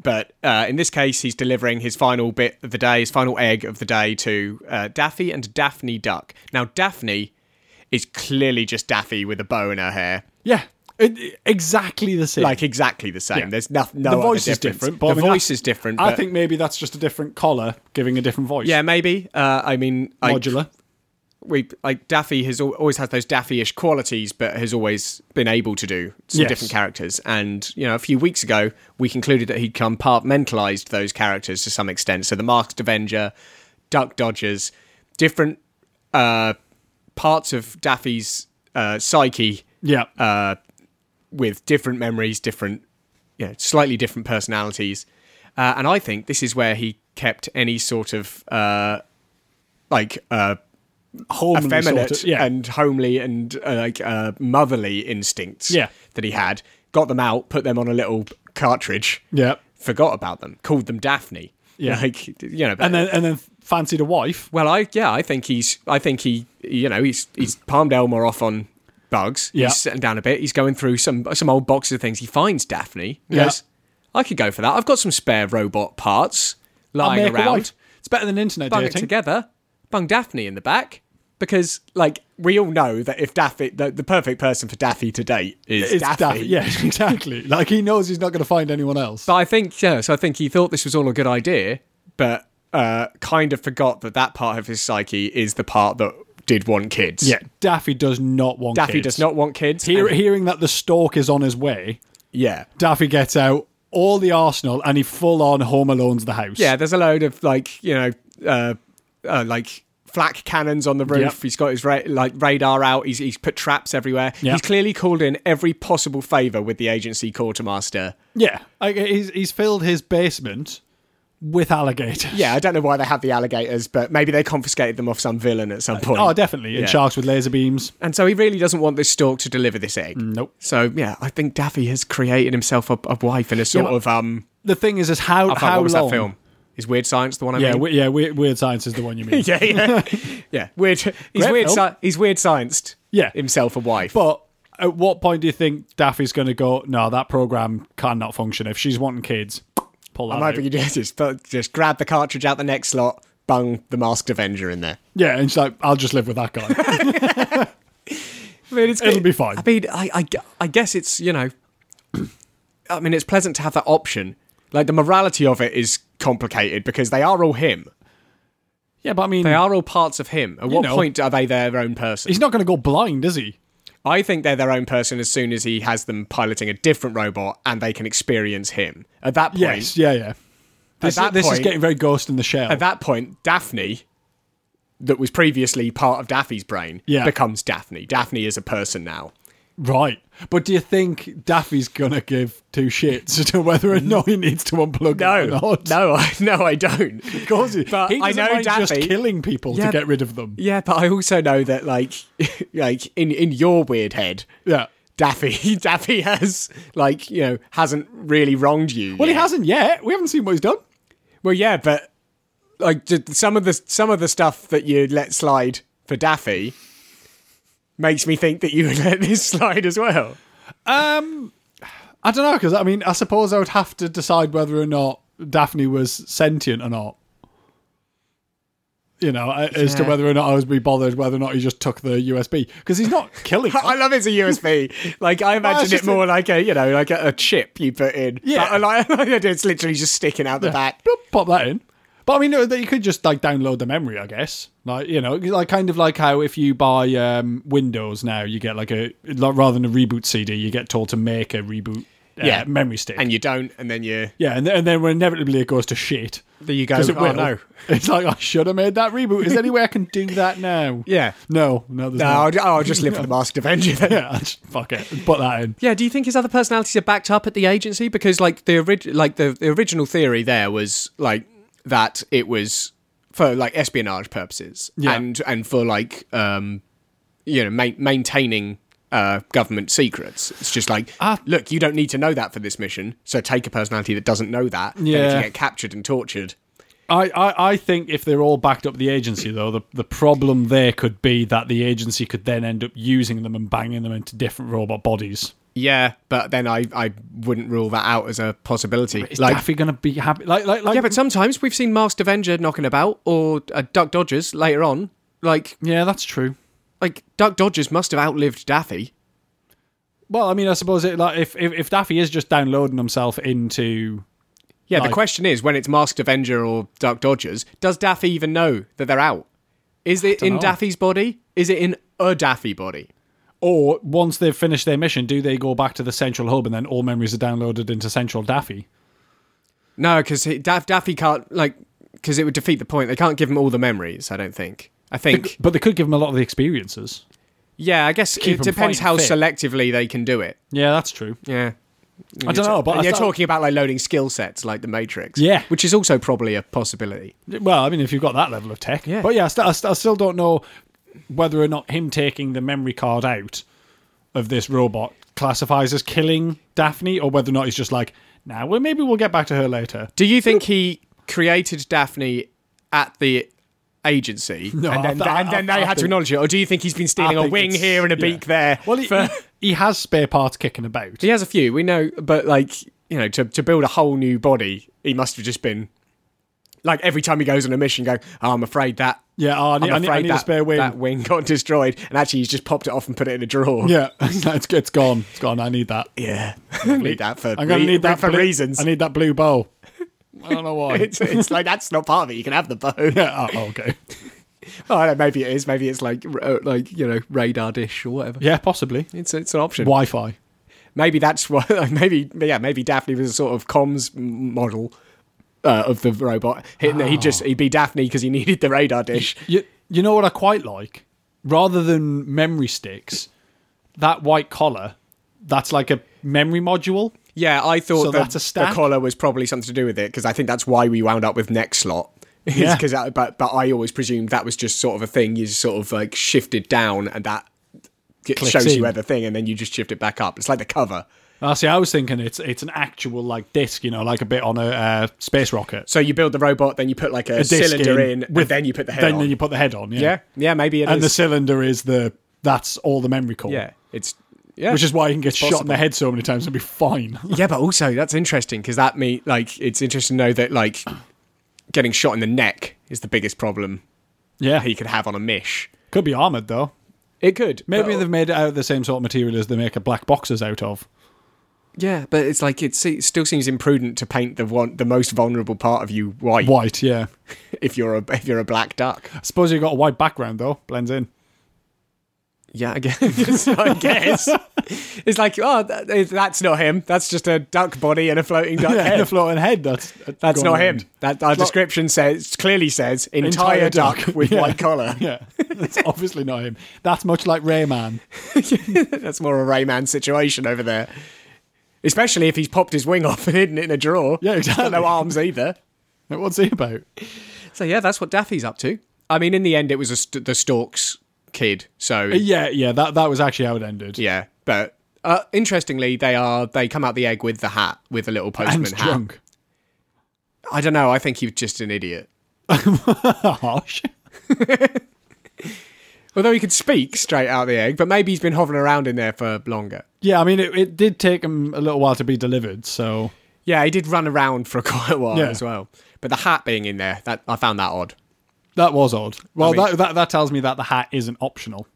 Speaker 2: but uh, in this case, he's delivering his final bit of the day, his final egg of the day to uh, Daffy and Daphne Duck. Now, Daphne is clearly just Daffy with a bow in her hair.
Speaker 3: Yeah, it, it- exactly the same.
Speaker 2: Like exactly the same.
Speaker 3: Yeah.
Speaker 2: There's no, no
Speaker 3: the
Speaker 2: other
Speaker 3: voice is
Speaker 2: difference.
Speaker 3: different. But
Speaker 2: The
Speaker 3: I mean,
Speaker 2: voice
Speaker 3: I-
Speaker 2: is different.
Speaker 3: I
Speaker 2: but-
Speaker 3: think maybe that's just a different collar giving a different voice.
Speaker 2: yeah, maybe. Uh, I mean, I-
Speaker 3: modular.
Speaker 2: we like Daffy has al- always had those Daffy-ish qualities, but has always been able to do some
Speaker 3: Yes.
Speaker 2: different characters. And you know, a few weeks ago, we concluded that he compartmentalized those characters to some extent. So the Masked Avenger, Duck Dodgers, different uh, parts of Daffy's uh, psyche
Speaker 3: Yeah.
Speaker 2: uh, with different memories, different, you know, slightly different personalities. Uh, and I think this is where he kept any sort of uh, like uh,
Speaker 3: Holman was
Speaker 2: effeminate
Speaker 3: sort of- yeah.
Speaker 2: and homely and uh, like uh, motherly instincts
Speaker 3: Yeah.
Speaker 2: that he had. Got them out, put them on a little cartridge,
Speaker 3: yeah.
Speaker 2: forgot about them, called them Daphne. (laughs)
Speaker 3: Yeah.
Speaker 2: like you know,
Speaker 3: And then and then fancied a wife.
Speaker 2: well, I yeah, I think he's. I think he. You know, he's he's palmed Elmore off on bugs.
Speaker 3: Yeah.
Speaker 2: He's sitting down a bit. He's going through some some old boxes of things. He finds Daphne. He
Speaker 3: Yeah.
Speaker 2: goes, I could go for that. I've got some spare robot parts
Speaker 3: I'll
Speaker 2: lying
Speaker 3: make a
Speaker 2: around.
Speaker 3: wife. It's better than internet
Speaker 2: Bung it
Speaker 3: dating.
Speaker 2: together. Bung Daphne in the back because, like, we all know that if Daphne, the, the perfect person for Daphne to date is
Speaker 3: It's
Speaker 2: Daphne.
Speaker 3: Daffy. Yeah, (laughs) exactly. Like he knows he's not going to find anyone else.
Speaker 2: But I think yeah, so I think he thought this was all a good idea, but uh, kind of forgot that that part of his psyche is the part that did want kids.
Speaker 3: yeah, Daffy does not want.
Speaker 2: Daffy
Speaker 3: kids.
Speaker 2: does not want kids.
Speaker 3: Hear,
Speaker 2: and-
Speaker 3: hearing that the stalk is on his way,
Speaker 2: yeah.
Speaker 3: Daffy gets out all the arsenal and he full on home alone's the house.
Speaker 2: Yeah, there's a load of like, you know, uh, uh, like flak cannons on the roof.
Speaker 3: Yep.
Speaker 2: He's got his ra- like radar out. He's he's put traps everywhere.
Speaker 3: Yep.
Speaker 2: He's clearly called in every possible favor with the agency quartermaster.
Speaker 3: yeah. Like, he's he's filled his basement with alligators.
Speaker 2: Yeah, I don't know why they have the alligators, but maybe they confiscated them off some villain at some point.
Speaker 3: Oh, definitely. And
Speaker 2: Yeah.
Speaker 3: sharks with laser beams.
Speaker 2: and so he really doesn't want this stork to deliver this egg.
Speaker 3: Nope.
Speaker 2: So yeah, I think Daffy has created himself a, a wife in a sort
Speaker 3: but-
Speaker 2: of um.
Speaker 3: The thing is, is how
Speaker 2: I
Speaker 3: how
Speaker 2: how what was
Speaker 3: long?
Speaker 2: that film? Is Weird Science the one I
Speaker 3: Yeah,
Speaker 2: mean?
Speaker 3: we, yeah. Weird, weird science is the one you mean.
Speaker 2: (laughs) yeah, yeah, yeah. Weird. He's
Speaker 3: Great
Speaker 2: weird.
Speaker 3: film.
Speaker 2: Sci- he's weird scienced.
Speaker 3: Yeah.
Speaker 2: himself a wife.
Speaker 3: But at what point do you think Daffy's going to go? No, that program cannot function if she's wanting kids. Pull that.
Speaker 2: I'm
Speaker 3: out."
Speaker 2: hoping you do this. But just grab the cartridge out the next slot, bung the Masked Avenger in there.
Speaker 3: Yeah, and she's like, I'll just live with
Speaker 2: (laughs)
Speaker 3: that guy.
Speaker 2: I mean, it's
Speaker 3: It'll be fine.
Speaker 2: I mean, I, I, gu- I guess it's you know, (clears throat) I mean, it's pleasant to have that option. Like the morality of it is complicated because they are all him.
Speaker 3: yeah, but I mean,
Speaker 2: They are all parts of him. At what
Speaker 3: know.
Speaker 2: point are they their own person?
Speaker 3: he's not going to go blind, is he?
Speaker 2: I think they're their own person as soon as he has them piloting a different robot and they can experience him. At that point,
Speaker 3: Yes. Yeah, yeah. This,
Speaker 2: that
Speaker 3: this is
Speaker 2: point-
Speaker 3: getting very ghost in the shell.
Speaker 2: at that point, Daphne, that was previously part of Daffy's brain,
Speaker 3: Yeah.
Speaker 2: becomes Daphne. Daphne is a person now.
Speaker 3: right. But do you think Daffy's going to give two shits (laughs) to whether or not he needs to unplug it or not?
Speaker 2: no, I, (laughs) no, I don't.
Speaker 3: (laughs) Of course he,
Speaker 2: But
Speaker 3: he
Speaker 2: I
Speaker 3: doesn't
Speaker 2: know
Speaker 3: mind just
Speaker 2: Daffy-
Speaker 3: killing people
Speaker 2: Yeah,
Speaker 3: to get rid of them.
Speaker 2: Yeah, but I also know that, like, (laughs) like in in your weird head,
Speaker 3: Yeah.
Speaker 2: Daffy, (laughs) Daffy has like you know hasn't really wronged you.
Speaker 3: Well, he
Speaker 2: yet.
Speaker 3: hasn't yet. We haven't seen what he's done.
Speaker 2: Well, yeah, but like j- some of the some of the stuff that you let slide for Daffy makes me think that you (laughs) would let this slide as well.
Speaker 3: Um, I don't know because I mean, I suppose I would have to decide whether or not Daphne was sentient or not. You know, a- as to
Speaker 2: Yeah.
Speaker 3: whether or not I would be bothered, whether or not he just took the USB because he's not
Speaker 2: (laughs)
Speaker 3: killing. her.
Speaker 2: I love it's a USB. Like I
Speaker 3: it's
Speaker 2: imagine it
Speaker 3: just a-
Speaker 2: more like a you know like a, a chip you put in.
Speaker 3: Yeah.
Speaker 2: but I like, (laughs) it's literally just sticking out the back.
Speaker 3: Bloop, pop that in. But I mean, no, that you could just like download the memory, I guess. Like you know, like kind of like how if you buy um, Windows now, you get like a like, rather than a reboot CD, you get told to make a reboot uh,
Speaker 2: Yeah.
Speaker 3: memory stick.
Speaker 2: And you don't, and then you
Speaker 3: yeah, and, then- and then when inevitably it goes to shit.
Speaker 2: there you go.
Speaker 3: Because it
Speaker 2: oh
Speaker 3: will.
Speaker 2: no,
Speaker 3: (laughs) It's like I should have made that reboot. Is there any way I can do that now?
Speaker 2: yeah.
Speaker 3: No, no, there's
Speaker 2: No,
Speaker 3: not. (laughs)
Speaker 2: I'll, ju- I'll just live with the Masked Avenger then.
Speaker 3: Yeah, (laughs) I just, fuck it. Put that in.
Speaker 2: Yeah, do you think his other personalities are backed up at the agency? Because like the orig- like the, the original theory there was like that it was for like espionage purposes
Speaker 3: Yeah.
Speaker 2: and and for like um you know ma- maintaining uh government secrets. It's just like
Speaker 3: Ah.
Speaker 2: look, you don't need to know that for this mission, so take a personality that doesn't know that. then if
Speaker 3: Yeah.
Speaker 2: you get captured and tortured.
Speaker 3: I, I, I think if they're all backed up the agency, though, the, the problem there could be that the agency could then end up using them and banging them into different robot bodies.
Speaker 2: Yeah, but then I I wouldn't rule that out as a possibility.
Speaker 3: Is Daffy going to be happy? Like, like, like,
Speaker 2: Yeah, but sometimes we've seen Masked Avenger knocking about or uh, Duck Dodgers later on. Like,
Speaker 3: yeah, that's true.
Speaker 2: like Duck Dodgers must have outlived Daffy.
Speaker 3: Well, I mean, I suppose it, like if, if if Daffy is just downloading himself into
Speaker 2: Yeah,
Speaker 3: Like-
Speaker 2: the question is when it's Masked Avenger or Duck Dodgers, does Daffy even know that they're out? Is it in
Speaker 3: know.
Speaker 2: Daffy's body? Is it in a Daffy body?
Speaker 3: Or once they've finished their mission, do they go back to the central hub and then all memories are downloaded into central Daffy?
Speaker 2: No, because Daff- Daffy can't like because it would defeat the point. They can't give him all the memories. I don't think. I think.
Speaker 3: But they could give them a lot of the experiences.
Speaker 2: Yeah, I guess
Speaker 3: Keep
Speaker 2: it
Speaker 3: 'em
Speaker 2: depends
Speaker 3: fighting
Speaker 2: how
Speaker 3: fit.
Speaker 2: selectively they can do it.
Speaker 3: Yeah, that's true.
Speaker 2: Yeah.
Speaker 3: I don't know, but
Speaker 2: and
Speaker 3: I
Speaker 2: you're
Speaker 3: thought-
Speaker 2: talking about like loading skill sets like the Matrix.
Speaker 3: Yeah.
Speaker 2: Which is also probably a possibility.
Speaker 3: Well, I mean, if you've got that level of tech.
Speaker 2: Yeah.
Speaker 3: But yeah, I, st- I, st- I still don't know whether or not him taking the memory card out of this robot classifies as killing Daphne or whether or not he's just like, nah, well, maybe we'll get back to her later.
Speaker 2: Do you think he created Daphne at the agency
Speaker 3: (laughs) No,
Speaker 2: and
Speaker 3: I
Speaker 2: then,
Speaker 3: th- I-
Speaker 2: and then they
Speaker 3: I
Speaker 2: had to
Speaker 3: think-
Speaker 2: acknowledge it? Or do you think he's been stealing
Speaker 3: I
Speaker 2: a
Speaker 3: think
Speaker 2: wing
Speaker 3: it's-
Speaker 2: here and a
Speaker 3: yeah.
Speaker 2: beak there?
Speaker 3: Well, he, (laughs)
Speaker 2: for-
Speaker 3: he, he has spare parts kicking about.
Speaker 2: He has a few, we know, but like, you know, to, to build a whole new body, he must have just been like every time he goes on a mission going, oh, I'm afraid that
Speaker 3: Yeah, oh, I need,
Speaker 2: I'm
Speaker 3: I need,
Speaker 2: afraid
Speaker 3: I need
Speaker 2: that,
Speaker 3: a spare wing.
Speaker 2: that wing got destroyed and actually he's just popped it off and put it in a drawer.
Speaker 3: (laughs) Yeah, (laughs) it's, it's gone. It's gone. I need that.
Speaker 2: Yeah. I need that for
Speaker 3: (laughs) I'm going to need that
Speaker 2: for
Speaker 3: blue-
Speaker 2: reasons.
Speaker 3: I need that blue bow. I don't know
Speaker 2: (laughs)
Speaker 3: why.
Speaker 2: it's, it's like that's not part of it. You can have the bone.
Speaker 3: yeah, oh, okay.
Speaker 2: Oh, (laughs) I don't know, maybe it is. Maybe it's like r- uh, like you know radar dish or whatever.
Speaker 3: Yeah, possibly.
Speaker 2: It's it's an option.
Speaker 3: Wi Fi.
Speaker 2: Maybe that's (laughs) what. Maybe yeah. Maybe Daphne was a sort of comms m- model uh, of the robot. He, he
Speaker 3: Oh.
Speaker 2: just he'd be Daphne because he needed the radar dish.
Speaker 3: You, you know what I quite like? Rather than memory sticks, that white collar, that's like a memory module.
Speaker 2: Yeah, I thought
Speaker 3: So
Speaker 2: the,
Speaker 3: that's a stack?
Speaker 2: the collar was probably something to do with it because I think that's why we wound up with next slot. (laughs) Yeah. Cause that, but but I always presumed that was just sort of a thing. You just sort of like shifted down and that it
Speaker 3: Clicks
Speaker 2: shows
Speaker 3: in.
Speaker 2: you where the thing, and then you just shift it back up. It's like the cover.
Speaker 3: Ah, see, I was thinking it's it's an actual like disc, you know, like a bit on a uh, space rocket.
Speaker 2: So you build the robot, then you put like a,
Speaker 3: disc
Speaker 2: cylinder in,
Speaker 3: with-
Speaker 2: and then you put the head
Speaker 3: then
Speaker 2: on.
Speaker 3: you put the head on. Yeah,
Speaker 2: yeah, yeah, maybe it
Speaker 3: and the
Speaker 2: is.
Speaker 3: cylinder is the that's all the memory core.
Speaker 2: yeah, it's yeah,
Speaker 3: which is why he can get shot in
Speaker 2: possible.
Speaker 3: the head so many times and be fine. (laughs)
Speaker 2: yeah, but also that's interesting because that me like it's interesting to know that like getting shot in the neck is the biggest problem
Speaker 3: yeah,
Speaker 2: he could have on a mish.
Speaker 3: could be armored though.
Speaker 2: It could
Speaker 3: Maybe
Speaker 2: but-
Speaker 3: they've made it out of the same sort of material as they make a black boxes out of.
Speaker 2: yeah, but it's like it's, it still seems imprudent to paint the one the most vulnerable part of you white,
Speaker 3: White, yeah.
Speaker 2: if you're a if you're a black duck.
Speaker 3: I suppose you've got a white background though, blends in.
Speaker 2: Yeah, I guess. (laughs) I guess it's like oh that, that's not him. That's just a duck body and a floating duck
Speaker 3: (laughs) Yeah,
Speaker 2: head.
Speaker 3: and a floating head. That's
Speaker 2: That's
Speaker 3: going
Speaker 2: not him.
Speaker 3: around.
Speaker 2: That our description says clearly says entire,
Speaker 3: Entire
Speaker 2: duck,
Speaker 3: duck.
Speaker 2: with
Speaker 3: Yeah.
Speaker 2: white (laughs) collar.
Speaker 3: (laughs) Yeah, that's obviously not him. That's much like Rayman.
Speaker 2: That's more a Rayman situation over there. Especially if he's popped his wing off and hidden it in a drawer.
Speaker 3: Yeah,
Speaker 2: He's got
Speaker 3: exactly.
Speaker 2: no arms either.
Speaker 3: What's he about?
Speaker 2: So yeah, that's what Daffy's up to. I mean, in the end, it was a st- the Storks kid. So
Speaker 3: Yeah, yeah. That that was actually how it ended.
Speaker 2: yeah, but uh, interestingly, they are they come out the egg with the hat with a little postman
Speaker 3: and
Speaker 2: hat.
Speaker 3: drunk.
Speaker 2: I don't know. I think he was just an idiot.
Speaker 3: (laughs) Harsh.
Speaker 2: Although he could speak straight out the egg, but maybe he's been hovering around in there for longer.
Speaker 3: Yeah, I mean, it, it did take him a little while to be delivered. So
Speaker 2: Yeah, he did run around for (laughs) quite a while
Speaker 3: Yeah.
Speaker 2: as well. But the hat being in there, that I found that odd.
Speaker 3: that was odd. Well,
Speaker 2: mean-
Speaker 3: that, that that tells me that the hat isn't optional.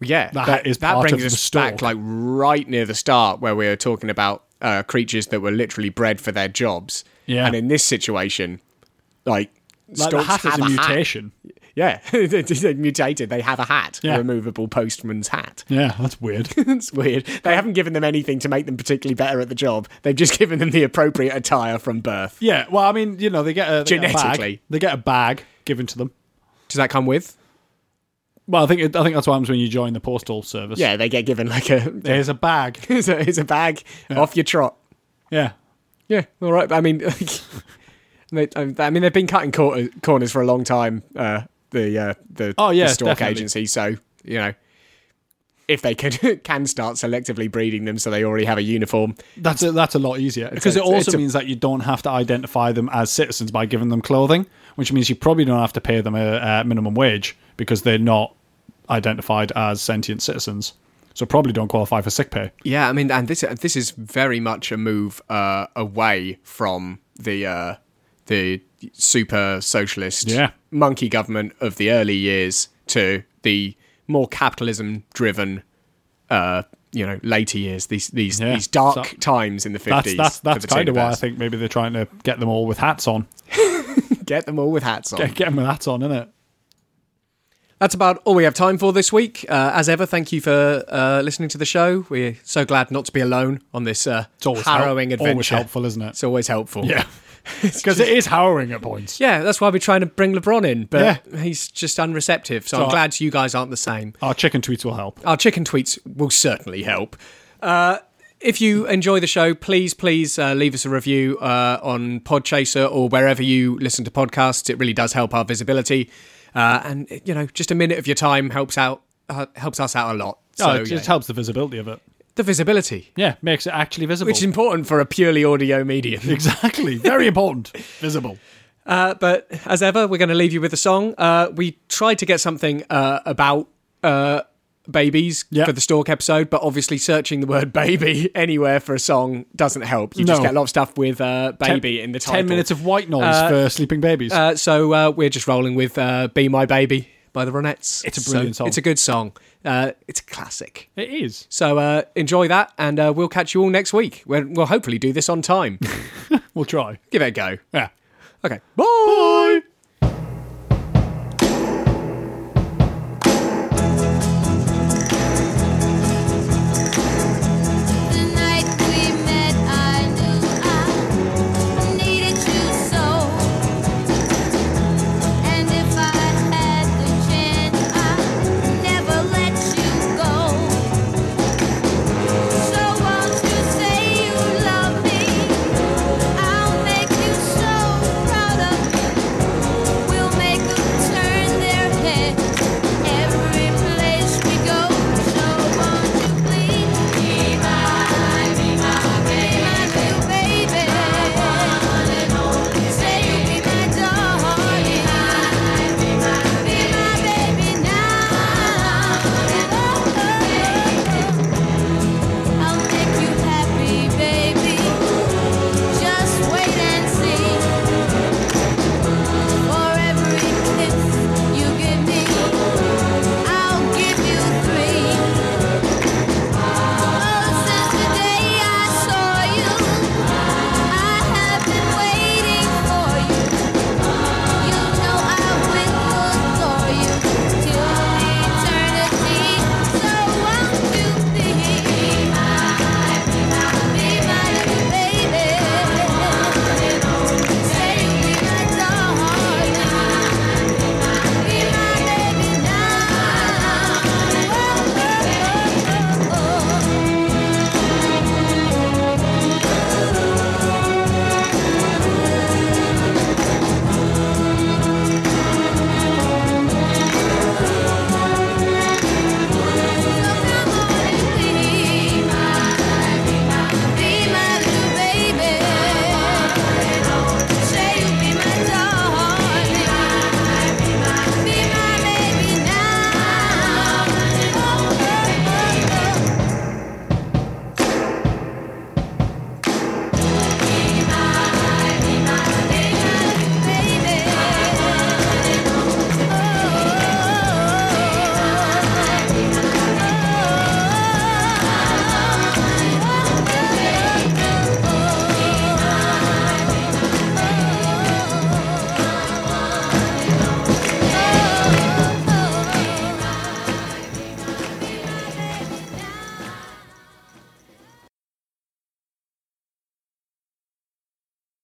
Speaker 2: Yeah,
Speaker 3: The hat is
Speaker 2: that
Speaker 3: part
Speaker 2: brings
Speaker 3: of
Speaker 2: us
Speaker 3: the stork.
Speaker 2: back like right near the start where we were talking about uh, creatures that were literally bred for their jobs.
Speaker 3: Yeah.
Speaker 2: and in this situation, like,
Speaker 3: Like the
Speaker 2: storks
Speaker 3: hat is
Speaker 2: have
Speaker 3: a
Speaker 2: hat.
Speaker 3: mutation.
Speaker 2: Yeah, (laughs) they mutated. They have a hat,
Speaker 3: Yeah.
Speaker 2: a removable postman's hat. (laughs)
Speaker 3: Yeah, that's weird. (laughs)
Speaker 2: it's weird. They haven't given them anything to make them particularly better at the job. They've just (laughs) given them the appropriate attire from birth.
Speaker 3: yeah, well, I mean, you know, they get a they Get a bag,
Speaker 2: Genetically.
Speaker 3: they get a bag given to them.
Speaker 2: Does that come with?
Speaker 3: Well, I think it, I think that's what happens when you join the postal service.
Speaker 2: Yeah, they get given like a (laughs)
Speaker 3: there's a bag.
Speaker 2: here's a, here's a bag off your trot.
Speaker 3: Yeah,
Speaker 2: Yeah, all right. but I mean, (laughs) like, they, um, I mean, they've been cutting cor- uh, corners for a long time. Uh, the uh, the
Speaker 3: Oh, yeah,
Speaker 2: the stork
Speaker 3: definitely.
Speaker 2: agency. So you know, if they can (laughs) can start selectively breeding them, so they already have a uniform.
Speaker 3: that's a, that's a lot easier because it
Speaker 2: it's-
Speaker 3: also
Speaker 2: it's a-
Speaker 3: means that you don't have to identify them as citizens by giving them clothing, which means you probably don't have to pay them a, uh minimum wage because they're not identified as sentient citizens. So probably don't qualify for sick pay.
Speaker 2: Yeah, I mean, and this this is very much a move uh, away from the uh, the super socialist
Speaker 3: Yeah.
Speaker 2: monkey government of the early years to the more capitalism driven, uh, you know, later years. These these
Speaker 3: Yeah.
Speaker 2: these dark
Speaker 3: So-
Speaker 2: times in the fifties.
Speaker 3: That's that's that's kind of why I think maybe they're trying to get (laughs) them all with hats on.
Speaker 2: get them all with hats on.
Speaker 3: Get, get them with hats on, isn't it?
Speaker 2: That's about all we have time for this week. Uh, as ever, thank you for uh, listening to the show. We're so glad not to be alone on this uh,
Speaker 3: It's always
Speaker 2: harrowing
Speaker 3: help-
Speaker 2: adventure.
Speaker 3: Always helpful, isn't it?
Speaker 2: It's always helpful.
Speaker 3: (laughs) Yeah. Because it is harrowing at points.
Speaker 2: Yeah, that's why we're trying to bring LeBron in, but he's just unreceptive. So I'm
Speaker 3: all right.
Speaker 2: glad you guys aren't the same.
Speaker 3: Our chicken tweets will help.
Speaker 2: Our chicken tweets will certainly help. Uh, if you enjoy the show, please, please uh, leave us a review uh, on Podchaser or wherever you listen to podcasts. It really does help our visibility, uh, and you know, just a minute of your time helps out uh, helps us out a lot. So
Speaker 3: oh, it just
Speaker 2: yeah.
Speaker 3: helps the visibility of it.
Speaker 2: the visibility,
Speaker 3: Yeah, makes it actually visible.
Speaker 2: which is important for a purely audio medium.
Speaker 3: (laughs) exactly. Very important. Visible.
Speaker 2: Uh, but as ever, we're going to leave you with a song. Uh, we tried to get something uh, about uh, babies
Speaker 3: Yeah.
Speaker 2: for the Stalk episode, but obviously searching the word (laughs) baby anywhere for a song doesn't help. You just
Speaker 3: No.
Speaker 2: get a lot of stuff with uh, baby
Speaker 3: Ten-
Speaker 2: in the title.
Speaker 3: Ten minutes of white noise
Speaker 2: Uh,
Speaker 3: for sleeping babies.
Speaker 2: Uh, so uh, we're just rolling with uh, Be My Baby by the Ronettes.
Speaker 3: It's a
Speaker 2: So
Speaker 3: brilliant song.
Speaker 2: It's a good song. Uh, it's a classic.
Speaker 3: it is.
Speaker 2: So uh, enjoy that, and uh, we'll catch you all next week.
Speaker 3: (laughs)
Speaker 2: We're, we'll hopefully do this on time.
Speaker 3: We'll try.
Speaker 2: Give it a go.
Speaker 3: Yeah.
Speaker 2: Okay. Bye.